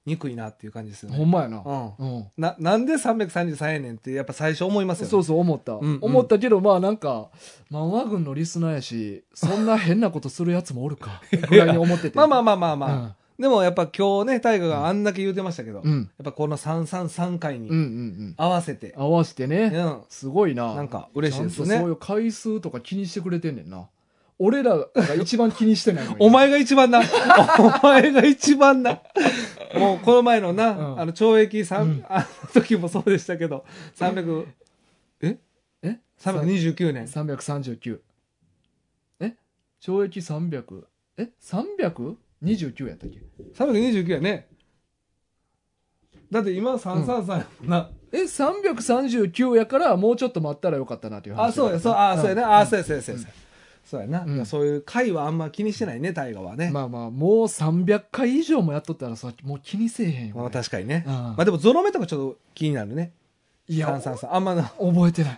Speaker 2: 憎いなっていう感じですよ
Speaker 1: ほ
Speaker 2: ね、
Speaker 1: んまやな。
Speaker 2: うん、
Speaker 1: うん。
Speaker 2: ななんで333円ねんってやっぱ最初思いますよね
Speaker 1: そうそう思った、
Speaker 2: んうん
Speaker 1: 思ったけどまあなんか漫画軍のリスナーやしそんな変なことするやつもおる かぐらいに思ってて
Speaker 2: まあまあ
Speaker 1: ま
Speaker 2: まあまあまあ、でもやっぱ今日ね大河があんだけ言うてましたけど、
Speaker 1: う
Speaker 2: や
Speaker 1: ん、
Speaker 2: っぱこの333回
Speaker 1: うんうんうん
Speaker 2: に
Speaker 1: うん
Speaker 2: 合わせて、
Speaker 1: 合わせてね、
Speaker 2: うん
Speaker 1: すごいな
Speaker 2: なんか嬉しいです
Speaker 1: ちゃん
Speaker 2: ね
Speaker 1: とそういう回数とか気にしてくれてんねんな俺らが一番気にしてないのに
Speaker 2: お前が一番な。お前が一番な。もうこの前のな、
Speaker 1: うん
Speaker 2: あの懲役
Speaker 1: う
Speaker 2: 三
Speaker 1: ん
Speaker 2: あの時もそうでしたけど、300、え
Speaker 1: え
Speaker 2: ?329 年。
Speaker 1: 339え懲役300え329やったっけ
Speaker 2: 329やね。だって今333な。
Speaker 1: え339やからもうちょっと待ったらよかったなっていう話
Speaker 2: あ、そうや、そう、あ、そうやね。あ、そうや、そうや、そうや。そうやな。
Speaker 1: うん
Speaker 2: そういう回はあんま気にしてないね、大河はね。
Speaker 1: まあまあもう300回以上もやっとったらさもう気にせえへんよ、
Speaker 2: まあ
Speaker 1: 俺
Speaker 2: 確かにね。
Speaker 1: うん
Speaker 2: まあでもゾロ目とかちょっと気になるね。
Speaker 1: いや
Speaker 2: 333。あんまな。
Speaker 1: 覚えて ない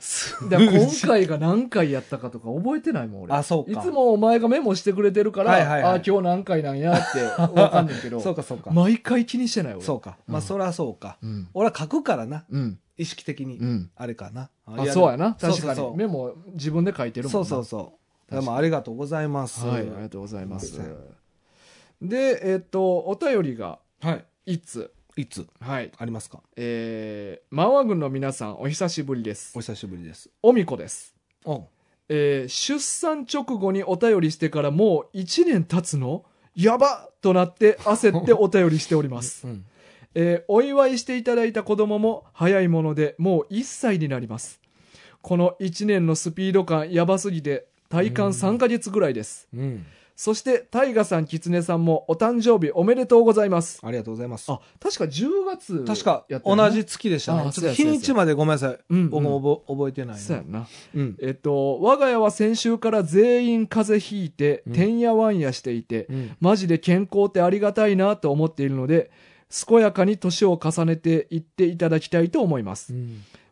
Speaker 1: だから今回が何回やったかとか覚えてないもん俺
Speaker 2: あそう
Speaker 1: い
Speaker 2: か
Speaker 1: つもお前がメモしてくれてるから、
Speaker 2: はいはいはい
Speaker 1: あ今日何回なんやってわかんねんけど
Speaker 2: そうか、そうか。
Speaker 1: 毎回気にしてない俺
Speaker 2: そうか。まあ
Speaker 1: うん
Speaker 2: そりゃそうか。
Speaker 1: うん
Speaker 2: 俺は書くからな。
Speaker 1: うん
Speaker 2: 意識的に、
Speaker 1: うん
Speaker 2: あれかな。
Speaker 1: あそうやな
Speaker 2: そう
Speaker 1: 確
Speaker 2: そ
Speaker 1: か
Speaker 2: うそ
Speaker 1: に
Speaker 2: う
Speaker 1: メモ自分で書いてるもんな
Speaker 2: そうそうそう。でもありがとうございます。
Speaker 1: はいありがとうございます
Speaker 2: すいませ
Speaker 1: でえっとお便りが
Speaker 2: はい。
Speaker 1: いつ
Speaker 2: いつ
Speaker 1: はい
Speaker 2: ありますか
Speaker 1: えー、マンワ軍の皆さんお久しぶりです
Speaker 2: お久しぶりです。
Speaker 1: おみこです
Speaker 2: お
Speaker 1: えー出産直後にお便りしてからもう1年経つのやばっとなって焦ってお便りしております
Speaker 2: う、ん。
Speaker 1: えーお祝いしていただいた子供も早いものでもう1歳になりますこの1年のスピード感やばすぎて体感3ヶ月ぐらいです、
Speaker 2: うん。
Speaker 1: そしてタイガさんキツネさんもお誕生日おめでとうございます
Speaker 2: ありがとうございます。
Speaker 1: あ確か10月
Speaker 2: 確か
Speaker 1: やったよな
Speaker 2: 同じ月でした
Speaker 1: あ
Speaker 2: ね。ち
Speaker 1: そ
Speaker 2: ょ
Speaker 1: う
Speaker 2: っと
Speaker 1: や
Speaker 2: 日にちまでごめんなさい。
Speaker 1: うんうん
Speaker 2: 僕も覚覚えてない
Speaker 1: そうや
Speaker 2: ね。
Speaker 1: んな
Speaker 2: うん。
Speaker 1: えっと我が家は先週から全員風邪ひいて、
Speaker 2: うん
Speaker 1: てんやわんやしていて、
Speaker 2: うん。
Speaker 1: マジで健康ってありがたいなと思っているので、健やかに年を重ねていっていただきたいと思います。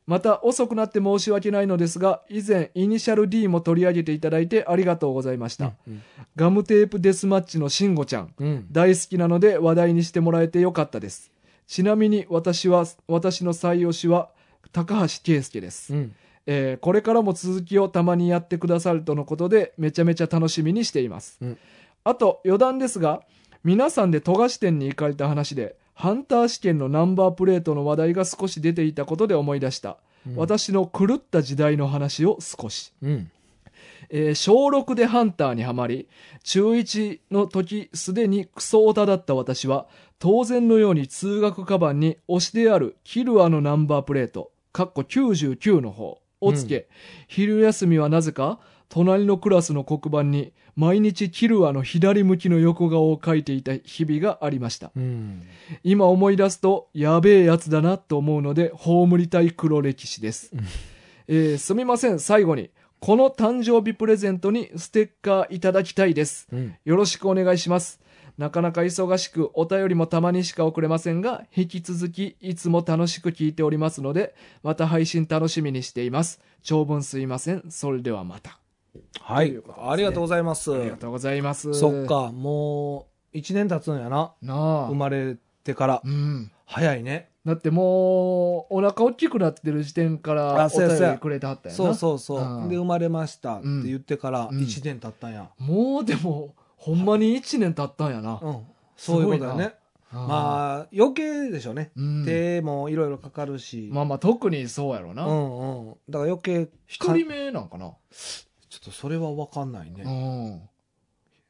Speaker 1: また遅くなって申し訳ないのですが、以前イニシャル D も取り上げていただいてありがとうございました。ガムテープデスマッチのしんごちゃん、
Speaker 2: うん。
Speaker 1: 大好きなので話題にしてもらえてよかったです。ちなみに私は、私の最推しは高橋圭介です。
Speaker 2: うん。
Speaker 1: えーこれからも続きをたまにやってくださるとのことでめちゃめちゃ楽しみにしています、
Speaker 2: うん
Speaker 1: あと余談ですが皆さんで富樫店に行かれた話でハンター試験のナンバープレートの話題が少し出ていたことで思い出した、私の狂った時代の話を少し、
Speaker 2: うん。
Speaker 1: えー小6でハンターにはまり中1の時すでにクソオタだった私は当然のように通学カバンに押してあるキルアのナンバープレート、かっこ99の方をつけ、昼休みはなぜか隣のクラスの黒板に毎日キルアの左向きの横顔を描いていた日々がありました。
Speaker 2: うん。
Speaker 1: 今思い出すと、やべえやつだなと思うので、葬りたい黒歴史です。
Speaker 2: うん
Speaker 1: えーすみません、最後に。この誕生日プレゼントにステッカーいただきたいです。
Speaker 2: うん。
Speaker 1: よろしくお願いします。なかなか忙しく、お便りもたまにしか送れませんが、引き続き、いつも楽しく聞いておりますので、また配信楽しみにしています。長文すいません。それではまた。
Speaker 2: は
Speaker 1: と
Speaker 2: い
Speaker 1: いうこと。ですね
Speaker 2: ありがとうございます。
Speaker 1: ありがとうございます。
Speaker 2: そっ。か、もう、1年経つんやな。
Speaker 1: なあ。
Speaker 2: 生まれてから。
Speaker 1: うん。
Speaker 2: 早いね。
Speaker 1: だってもう、お腹大きくなってる時点から、お
Speaker 2: あそうやそうや
Speaker 1: 便りくれてはったよな。
Speaker 2: そうそうそうう。
Speaker 1: ん
Speaker 2: で、生まれましたって
Speaker 1: うん
Speaker 2: 言ってから
Speaker 1: うん
Speaker 2: 1年経ったんや。
Speaker 1: もうでも、ほんまに1年経ったんやな。
Speaker 2: うん。そういうことだね。
Speaker 1: あ、
Speaker 2: まあ、余計でしょうね。
Speaker 1: うん、
Speaker 2: 手もいろいろかかるし。
Speaker 1: まあまあ、特にそうやろな。
Speaker 2: うんうん。だから余計、
Speaker 1: 一
Speaker 2: か
Speaker 1: 人目なんかな。
Speaker 2: ちょっとそれは分かんないね。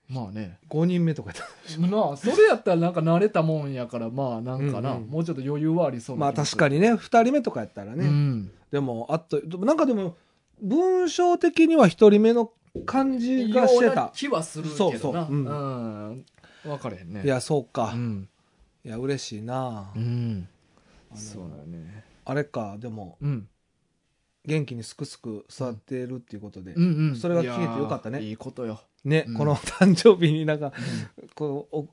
Speaker 1: うん。まあね。
Speaker 2: 5人目とかやった
Speaker 1: まあ、それやったらなんか慣れたもんやから、まあなんかな、
Speaker 2: うんうん
Speaker 1: もうちょっと余裕はありそうな
Speaker 2: まあ
Speaker 1: 気がす
Speaker 2: 確
Speaker 1: る
Speaker 2: かにね、2人目とかやったらね。
Speaker 1: うん。
Speaker 2: でも、あっと、なんかでも、文章的には1人目の感じがして
Speaker 1: ような
Speaker 2: た。
Speaker 1: 気はするけどな。
Speaker 2: そうそう
Speaker 1: う。
Speaker 2: うんん
Speaker 1: 分かれへんね。
Speaker 2: い、や、そうか
Speaker 1: う。ん。
Speaker 2: いや、嬉しいな
Speaker 1: う。ん。
Speaker 2: あの
Speaker 1: そうだね。
Speaker 2: あれか、でも、
Speaker 1: うん。
Speaker 2: 元気にすくすく育ってるっていうことで
Speaker 1: う。んうん。
Speaker 2: それが聞けてよかったね
Speaker 1: いやーいいことよ。
Speaker 2: ね
Speaker 1: うん、
Speaker 2: この 誕生日になんか、こう、お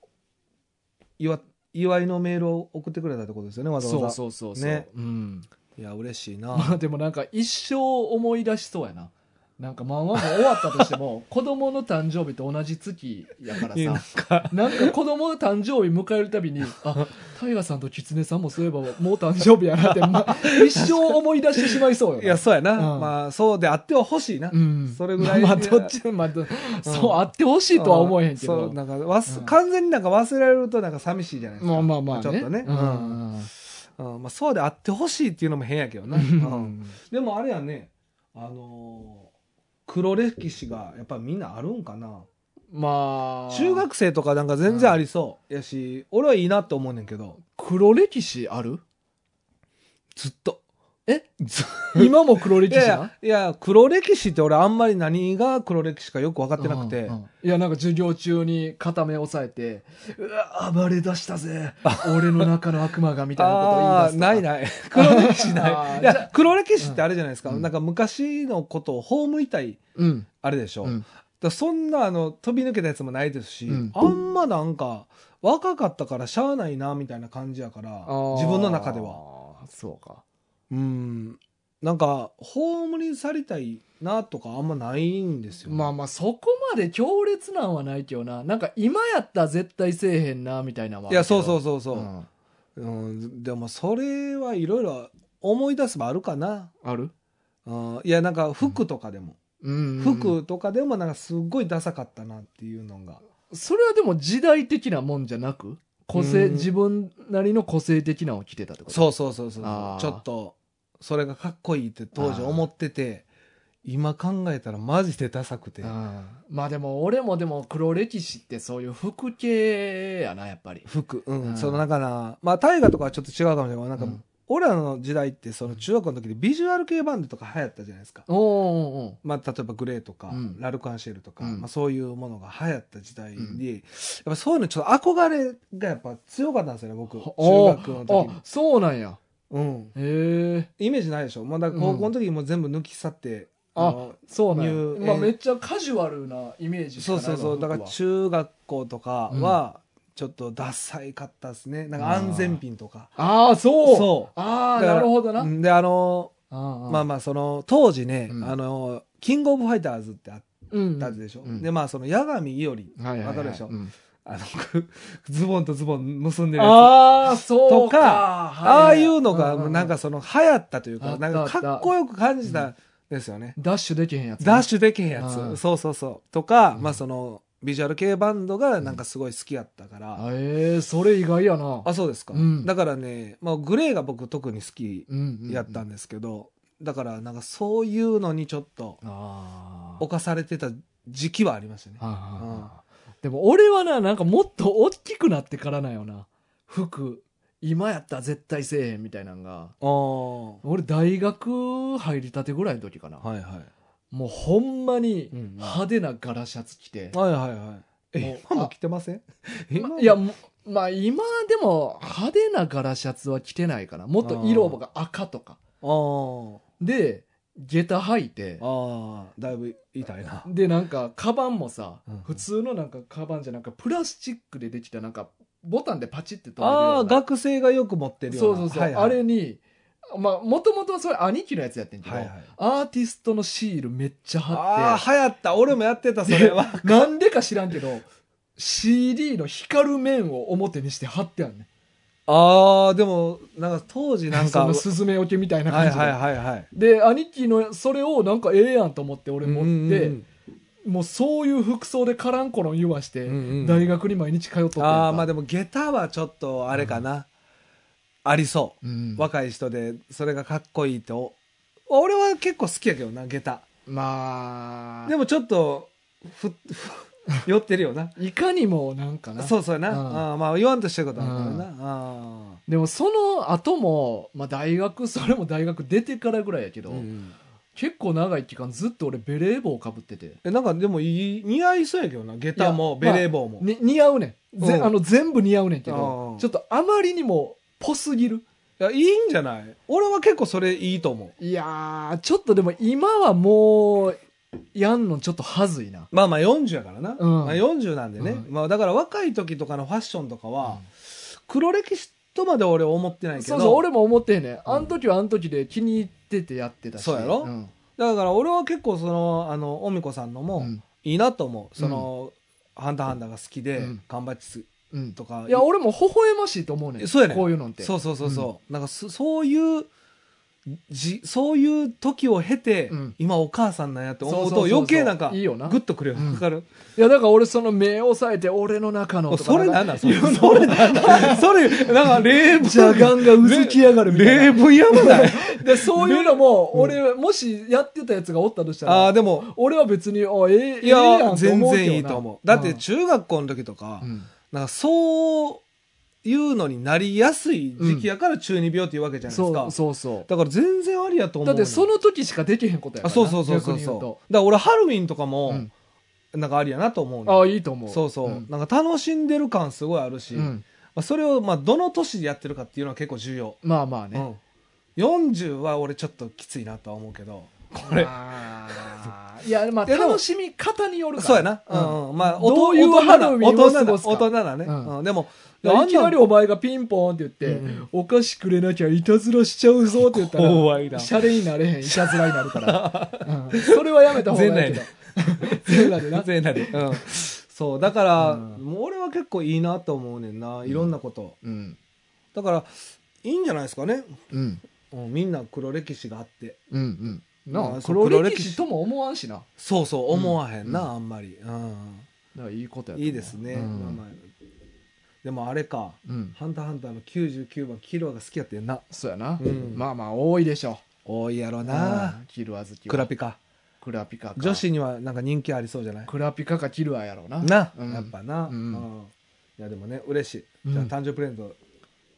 Speaker 2: 祝祝いのメールを送ってくれたってことですよね、わざ
Speaker 1: そ
Speaker 2: わ
Speaker 1: う
Speaker 2: ざ。
Speaker 1: そうそうそう。
Speaker 2: ね
Speaker 1: うん。
Speaker 2: いや、嬉しい
Speaker 1: ま
Speaker 2: な。
Speaker 1: あでもなんか一生思い出しそうやな。なんか漫画も終わったとして も、子供の誕生日と同じ月やから
Speaker 2: いやな
Speaker 1: さ
Speaker 2: ん。か、
Speaker 1: なんか子供の誕生日迎えるたびに、あ、タイガさんとキツネさんもそういえばもう誕生日やなって、ま一生思い出してしまいそうよ。
Speaker 2: いや、、そうやな。
Speaker 1: うん
Speaker 2: まあ、そうであっては欲しいな
Speaker 1: う。ん。
Speaker 2: それぐらい
Speaker 1: まあ、まあどっちでも、まあ、どそう、あってほしいとは思えへんけ
Speaker 2: そ
Speaker 1: ど
Speaker 2: う。なんか忘
Speaker 1: うん
Speaker 2: 完全になんか忘れられるとなんか寂しいじゃないですか、
Speaker 1: まあまあまあね。
Speaker 2: ちょっとね
Speaker 1: う
Speaker 2: うん
Speaker 1: ん。
Speaker 2: うんまあ、そうであってほしいっていうのも変やけどな、
Speaker 1: う
Speaker 2: うん
Speaker 1: ん
Speaker 2: でもあれやねあのー黒歴史がやっぱりみんなあるんかな
Speaker 1: まあ、
Speaker 2: 中学生とかなんか全然ありそうやし俺はいいなって思うねんけど
Speaker 1: 黒歴史ある
Speaker 2: ずっと
Speaker 1: え
Speaker 2: ず
Speaker 1: 今も黒
Speaker 2: い
Speaker 1: 歴
Speaker 2: や
Speaker 1: 史
Speaker 2: い
Speaker 1: な
Speaker 2: やいや黒歴史って俺あんまり何が黒歴史かよく分かってなくて、
Speaker 1: うんうんいやなんか授業中に固め押さえて「うわ暴れ出した ぜ俺の中の悪魔が」みたいなことを言い
Speaker 2: あ
Speaker 1: 出
Speaker 2: ー
Speaker 1: すとか
Speaker 2: ないない黒歴史
Speaker 1: あ
Speaker 2: な
Speaker 1: ー
Speaker 2: いいや
Speaker 1: じゃ
Speaker 2: 黒歴史ってあれじゃないですか、
Speaker 1: うん
Speaker 2: なんか昔のことを葬りたい
Speaker 1: うん
Speaker 2: あれでしょ、
Speaker 1: うん
Speaker 2: だからそんなあの飛び抜けたやつもないですし、
Speaker 1: うん
Speaker 2: あんまなんか若かったからしゃあないなみたいな感じやから自分の中では
Speaker 1: はそうか
Speaker 2: うんなんか葬り去りたいなとかあんまないんですよね、
Speaker 1: まあまあそこまで強烈なんはないけどななんか今やったら絶対せえへんなみたいなのはい
Speaker 2: やそうそう
Speaker 1: う
Speaker 2: そうそう、うんでもそれはいろいろ思い出せばあるかな、
Speaker 1: ある
Speaker 2: うん、いやなんか服とかでも、
Speaker 1: うん
Speaker 2: 服とかでもなんかすっごいダサかったなっていうのが
Speaker 1: それはでも時代的なもんじゃなく個性
Speaker 2: うん
Speaker 1: 自分なりの個性的なのを着てたってこと
Speaker 2: そうそうそうそう
Speaker 1: あー
Speaker 2: ちょっとそれがかっこいいって当時思ってて今考えたらマジでダサくて
Speaker 1: うんまあでも俺もでも黒歴史ってそういう服系やなやっぱり
Speaker 2: 服う
Speaker 1: うん
Speaker 2: んその中なまあ大河とかはちょっと違うかもしれないなんか、
Speaker 1: うん
Speaker 2: 俺らの時代ってその中学校の時にビジュアル系バンドとか流行ったじゃないですか、
Speaker 1: おおお
Speaker 2: まあ、例えばグレーとか、
Speaker 1: うん
Speaker 2: ラルカンシェルとか、
Speaker 1: うん
Speaker 2: まあ、そういうものが流行った時代に、やっぱそういうのちょっと憧れがやっぱ強かったんですよね僕中学の時に
Speaker 1: あ、そうなんや
Speaker 2: うん、
Speaker 1: へえ
Speaker 2: イメージないでしょ、まあ、だから高校の時にもう全部抜き去って、
Speaker 1: うん
Speaker 2: あの
Speaker 1: そうなんや、
Speaker 2: 入
Speaker 1: まあ、めっちゃカジュアルなイメージしか
Speaker 2: そ
Speaker 1: ない
Speaker 2: うそうそうだから
Speaker 1: 僕は
Speaker 2: 中学校とかはちょっとダサいかったですねなんか安全ピンとか
Speaker 1: ああそう
Speaker 2: そう
Speaker 1: ああ
Speaker 2: だから
Speaker 1: なるほどな、
Speaker 2: うんであのま
Speaker 1: ま
Speaker 2: あまあその当時ね、
Speaker 1: うん
Speaker 2: あのキングオブファイターズってあっ
Speaker 1: うん
Speaker 2: たでしょ、
Speaker 1: うん
Speaker 2: でまあその八神伊織
Speaker 1: はいはいはい
Speaker 2: わかるでしょ
Speaker 1: うん
Speaker 2: あの くズボンとズボン結んでるやつあ
Speaker 1: ああそう
Speaker 2: とか
Speaker 1: か
Speaker 2: あいうのがもうなん
Speaker 1: う
Speaker 2: かその流行ったという
Speaker 1: あ
Speaker 2: か
Speaker 1: った
Speaker 2: なんかかっこよく感じたんですよね、
Speaker 1: ダッシュできへんやつね、
Speaker 2: ダッシュできへんや
Speaker 1: うん
Speaker 2: つそうそうそうとか、
Speaker 1: うん
Speaker 2: まあそのビジュアル系バンドがなんかすごい好きやったから、
Speaker 1: あええそれ意外やな
Speaker 2: あそうですか、
Speaker 1: うん
Speaker 2: だからね、まあ、グレーが僕特に好き
Speaker 1: うんうんうん
Speaker 2: やったんですけど、だからなんかそういうのにちょっと
Speaker 1: ああ
Speaker 2: 侵されてた時期はありましたね
Speaker 1: はあはあはあでも俺はな、なんかもっと大きくなってからなよな。服、今やったら絶対せえへんみたいなんが。
Speaker 2: ああは
Speaker 1: 俺大学入りたてぐらいの時かな。
Speaker 2: いはい
Speaker 1: もうほんまに
Speaker 2: うんうん
Speaker 1: 派手な柄シャツ着て、
Speaker 2: はいはいはい。
Speaker 1: もう
Speaker 2: え、今も着てません今も
Speaker 1: いやもうまあ今でも派手な柄シャツは着てないかなもっと色が赤とかで下駄履いて
Speaker 2: ああ、ああ、だいぶ痛いな。
Speaker 1: でなんかカバンもさ、
Speaker 2: うん
Speaker 1: 普通のなんかカバンじゃなんかプラスチックでできたなんかボタンでパチって取れる
Speaker 2: あ
Speaker 1: よ
Speaker 2: あ、
Speaker 1: うな
Speaker 2: 学生がよく持ってるよ
Speaker 1: そうう
Speaker 2: な。
Speaker 1: そうそう、
Speaker 2: はいはい
Speaker 1: あれにまあもともとはそれ兄貴のやつやってんけど、
Speaker 2: はいはい。
Speaker 1: アーティストのシールめっちゃ貼
Speaker 2: あ
Speaker 1: っ
Speaker 2: あ、流行った。俺もやってた、それは。
Speaker 1: てなんでか知らんけど CD の光る面を表にして貼ってあんね
Speaker 2: ああ、でも、なんか当時なん
Speaker 1: そ
Speaker 2: か、
Speaker 1: のスズメよけみたいな感
Speaker 2: はい
Speaker 1: じで、
Speaker 2: はいはいはい。
Speaker 1: で兄貴のそれをなんかええやんと思って俺持って、
Speaker 2: うん
Speaker 1: もうそういう服装でカランコロン言わして、
Speaker 2: うんうん
Speaker 1: 大学に毎日通っとってんか
Speaker 2: ああ、まあでも、下駄はちょっと、あれかな。ありそうう。
Speaker 1: ん
Speaker 2: 若い人で、それがかっこいいと。俺は結構好きやけどな、下駄。
Speaker 1: まあ
Speaker 2: でもちょっと、ふ、ふ、寄ってるよな。
Speaker 1: いかにもなん かな
Speaker 2: そうそうやな。
Speaker 1: うん
Speaker 2: ああまあ言わんとしてることあるからな。
Speaker 1: う
Speaker 2: あ
Speaker 1: でもその後も、まあ、大学それも大学出てからぐらいやけ
Speaker 2: あ
Speaker 1: ど、結構長い期間ずっと俺ベレー帽かぶってて、
Speaker 2: え、なんかでもいい、似合いそうやけどな。下駄も、
Speaker 1: いや
Speaker 2: ベレー帽も。
Speaker 1: ね、似合うねんぜ
Speaker 2: うん
Speaker 1: あの全部似合うねんけ
Speaker 2: う
Speaker 1: ど
Speaker 2: ん
Speaker 1: ちょっとあまりにもぽすぎる
Speaker 2: いや、いいんじゃない俺は結構それいいと思う。
Speaker 1: いやーちょっとでも今はもうやんのちょっとはずいな
Speaker 2: まあまあ40やからな。
Speaker 1: うん
Speaker 2: まあ40なんでね。
Speaker 1: うん
Speaker 2: まあだから若い時とかのファッションとかは、黒歴史とまで俺思ってないけど。
Speaker 1: そうそう俺も思ってへんねんあん時はあん時で気に入っててやってたし
Speaker 2: そうやろ
Speaker 1: ん
Speaker 2: だから俺は結構その、あの、おみこさんのも、
Speaker 1: うん
Speaker 2: いいなと思う。その、ハンターハンターが好きで、
Speaker 1: うん
Speaker 2: 缶バッチ
Speaker 1: うん
Speaker 2: とか。
Speaker 1: いや俺も微笑ましいと思うねん
Speaker 2: そうやねん
Speaker 1: こういうのって
Speaker 2: そうそうそうそう、なんかそそういうじそういう時を経て、
Speaker 1: うん
Speaker 2: 今お母さんなんやって思う
Speaker 1: そうそうそう
Speaker 2: と
Speaker 1: そう
Speaker 2: 余計なんか
Speaker 1: いいよな
Speaker 2: グッとくるよ、
Speaker 1: うん
Speaker 2: わかる
Speaker 1: いやだから俺その目を押さえて俺の中のとか
Speaker 2: それなん
Speaker 1: か
Speaker 2: なんそれそれなんなんそれなんか霊
Speaker 1: じゃがんがうずきやがるみたいな
Speaker 2: 霊分やばない
Speaker 1: でそういうのも俺もしやってたやつがおったとした
Speaker 2: ああ
Speaker 1: ら
Speaker 2: でも
Speaker 1: 俺は別にあええええ
Speaker 2: い
Speaker 1: やん
Speaker 2: や
Speaker 1: と
Speaker 2: 全
Speaker 1: 思うけどな
Speaker 2: 然いいと思うだって中学校の時とか、
Speaker 1: うん
Speaker 2: なんかそういうのになりやすい時期やから中二病っていうわけじゃないですか、
Speaker 1: そうそうそ
Speaker 2: だから全然ありやと
Speaker 1: う
Speaker 2: 思
Speaker 1: だ
Speaker 2: うね
Speaker 1: っ
Speaker 2: ん
Speaker 1: てその時しかできへんことやか
Speaker 2: あ
Speaker 1: らな
Speaker 2: そうそうそう
Speaker 1: 逆
Speaker 2: そう
Speaker 1: に
Speaker 2: そ
Speaker 1: 言
Speaker 2: う
Speaker 1: うと
Speaker 2: だから俺ハロウィンとかも、
Speaker 1: うん
Speaker 2: なんかありやなと思うね
Speaker 1: ああいいと思う
Speaker 2: そうそう、
Speaker 1: ん
Speaker 2: なんか楽しんでる感すごいあるし、
Speaker 1: う
Speaker 2: ま
Speaker 1: ん
Speaker 2: あ、それをまあどの年でやってるかっていうのは結構重要、
Speaker 1: まあまあね
Speaker 2: うん、40は俺ちょっときついなとは思うけどこれ
Speaker 1: あーいやまあ
Speaker 2: いやでも
Speaker 1: 楽しみ方によるから
Speaker 2: そうやな、うんまあおと
Speaker 1: どういう
Speaker 2: 大人
Speaker 1: ハロ
Speaker 2: な
Speaker 1: ウィン
Speaker 2: 大
Speaker 1: を
Speaker 2: 人
Speaker 1: 過
Speaker 2: な
Speaker 1: ごすか
Speaker 2: 大人なね、
Speaker 1: うん
Speaker 2: うんでも
Speaker 1: だからいきなり
Speaker 2: あん
Speaker 1: お前がピンポンって言って、
Speaker 2: うん
Speaker 1: お菓子くれなきゃいたずらしちゃうぞって言ったら、
Speaker 2: 怖いな
Speaker 1: シャレになれへん、いたずらになる から。うんそれはやめた方がいいけど。全裸で
Speaker 2: な
Speaker 1: な。
Speaker 2: ん全裸で、うん、そうだから、
Speaker 1: うん
Speaker 2: もう俺は結構いいなと思うねんないろんなこと、
Speaker 1: うん。
Speaker 2: だからいいんじゃないですかね、
Speaker 1: うん。
Speaker 2: うん、みんな黒歴史があって
Speaker 1: うん。うん。な
Speaker 2: ま
Speaker 1: あ
Speaker 2: あ、
Speaker 1: 黒
Speaker 2: 黒
Speaker 1: 歴
Speaker 2: 歴
Speaker 1: 史
Speaker 2: 史
Speaker 1: とも思わんしな。だか
Speaker 2: そうそう思わへんな、
Speaker 1: うん
Speaker 2: あんまり、う
Speaker 1: らいいことやと
Speaker 2: ん、
Speaker 1: 思う
Speaker 2: いいですね、
Speaker 1: うん
Speaker 2: まあまあでもあれか
Speaker 1: うん
Speaker 2: 「ハンターハンター」の99番キロアが好きやってんな
Speaker 1: そうやな、
Speaker 2: うん
Speaker 1: まあまあ、多いでしょ
Speaker 2: 多いやろ
Speaker 1: う。
Speaker 2: な
Speaker 1: うんキルア好きは。
Speaker 2: クラピカ
Speaker 1: クラピカか。
Speaker 2: 女子にはなんか人気ありそうじゃない
Speaker 1: クラピカかキルアやろうな。
Speaker 2: な、
Speaker 1: うん
Speaker 2: やっぱな、
Speaker 1: う
Speaker 2: うんんいやでもね嬉しい、
Speaker 1: うん
Speaker 2: じゃあ誕生日プレゼント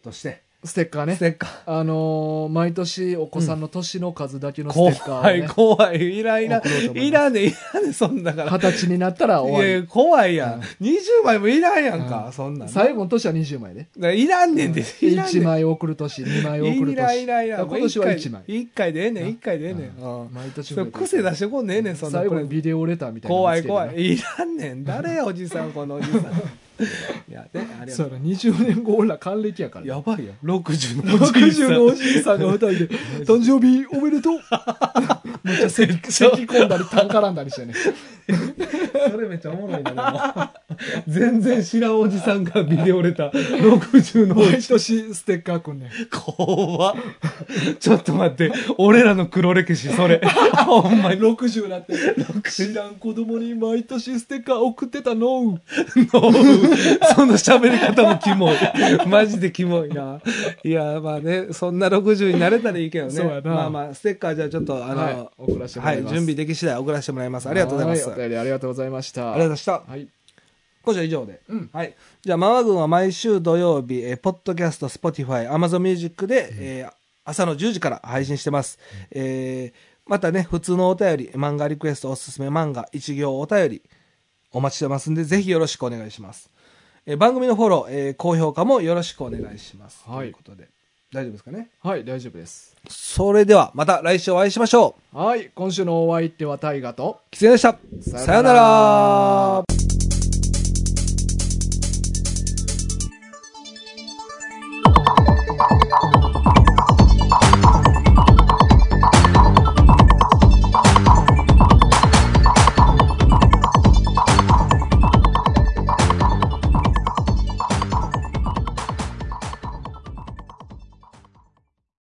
Speaker 2: として
Speaker 1: ステッカーね
Speaker 2: ス。テッカー
Speaker 1: あのー毎年お子さんの年の数だけのステ
Speaker 2: 怖
Speaker 1: ッカーを、
Speaker 2: い
Speaker 1: ね、
Speaker 2: 怖いいらんいらん
Speaker 1: 送ろうと思います
Speaker 2: いらんでいらんでそんなから
Speaker 1: 二十歳になったら終わ
Speaker 2: い
Speaker 1: り。
Speaker 2: や怖いやん、
Speaker 1: うん
Speaker 2: 20枚もいらんやんか、
Speaker 1: うん
Speaker 2: そんなんだか
Speaker 1: 最後の年は20枚で。
Speaker 2: らいらんねんで、いらん
Speaker 1: 1
Speaker 2: ねん
Speaker 1: 枚送る年、2枚送る
Speaker 2: いらい
Speaker 1: 年。
Speaker 2: らいら
Speaker 1: だから今年は1枚。
Speaker 2: 一回でええね
Speaker 1: なん
Speaker 2: 一回でええねん
Speaker 1: うん
Speaker 2: うん
Speaker 1: 毎年
Speaker 2: それ癖出してこんねえねんそんな
Speaker 1: 最
Speaker 2: こ
Speaker 1: 後
Speaker 2: れ
Speaker 1: にビデオレターみたいなの
Speaker 2: 怖
Speaker 1: つ
Speaker 2: い
Speaker 1: けてな。
Speaker 2: 怖いいらんねん誰やおじさんこのおじさ んいやねありが
Speaker 1: そ
Speaker 2: と
Speaker 1: う
Speaker 2: う
Speaker 1: やな、20年後俺ら還暦やから。
Speaker 2: やばいよ60のおじさ
Speaker 1: 60
Speaker 2: ん
Speaker 1: のおじいさんが二人で、 誕生日おめでとうめっちゃ咳咳込んだり、たんからんだりしてね。
Speaker 2: それめっちゃおもろいなでも全然知らんおじさんがビデオレター60のおじ
Speaker 1: 毎年ステッカーくんねん。
Speaker 2: 怖っちょっと待って俺らの黒歴史それほんまに
Speaker 1: 60なって、知らん子供に毎年ステッカー送ってたの
Speaker 2: の、その喋り方もキモい。マジでキモいな。いや、まあね、そんな60になれたらいいけどね。
Speaker 1: そうやな
Speaker 2: まあまあ、ステッカーじゃあちょっと、あの、
Speaker 1: はい送らせても
Speaker 2: は
Speaker 1: ら
Speaker 2: い、
Speaker 1: います
Speaker 2: 準備でき次第送らせてもらいます。ありがとうございます。あ
Speaker 1: はお
Speaker 2: りがとう
Speaker 1: 便りありがとうございました。
Speaker 2: ございました。
Speaker 1: はい。
Speaker 2: こちら以上で。
Speaker 1: うん
Speaker 2: はい。じゃあ、マワ軍は毎週土曜日、えーポッドキャスト、スポティファイ、アマゾンミュージックで、えー朝の10時から配信してます。えーまたね、普通のお便り、漫画リクエストおすすめ漫画、一行お便り、お待ちしてますんで、ぜひよろしくお願いします。えー番組のフォロー、えー高評価もよろしくお願いします。
Speaker 1: はい
Speaker 2: ということで、大丈夫ですかね。
Speaker 1: はい、大丈夫です。
Speaker 2: それでは、また来週お会いしましょう。
Speaker 1: はい、今週のお相手は大河と、
Speaker 2: きつねでした。さよなら。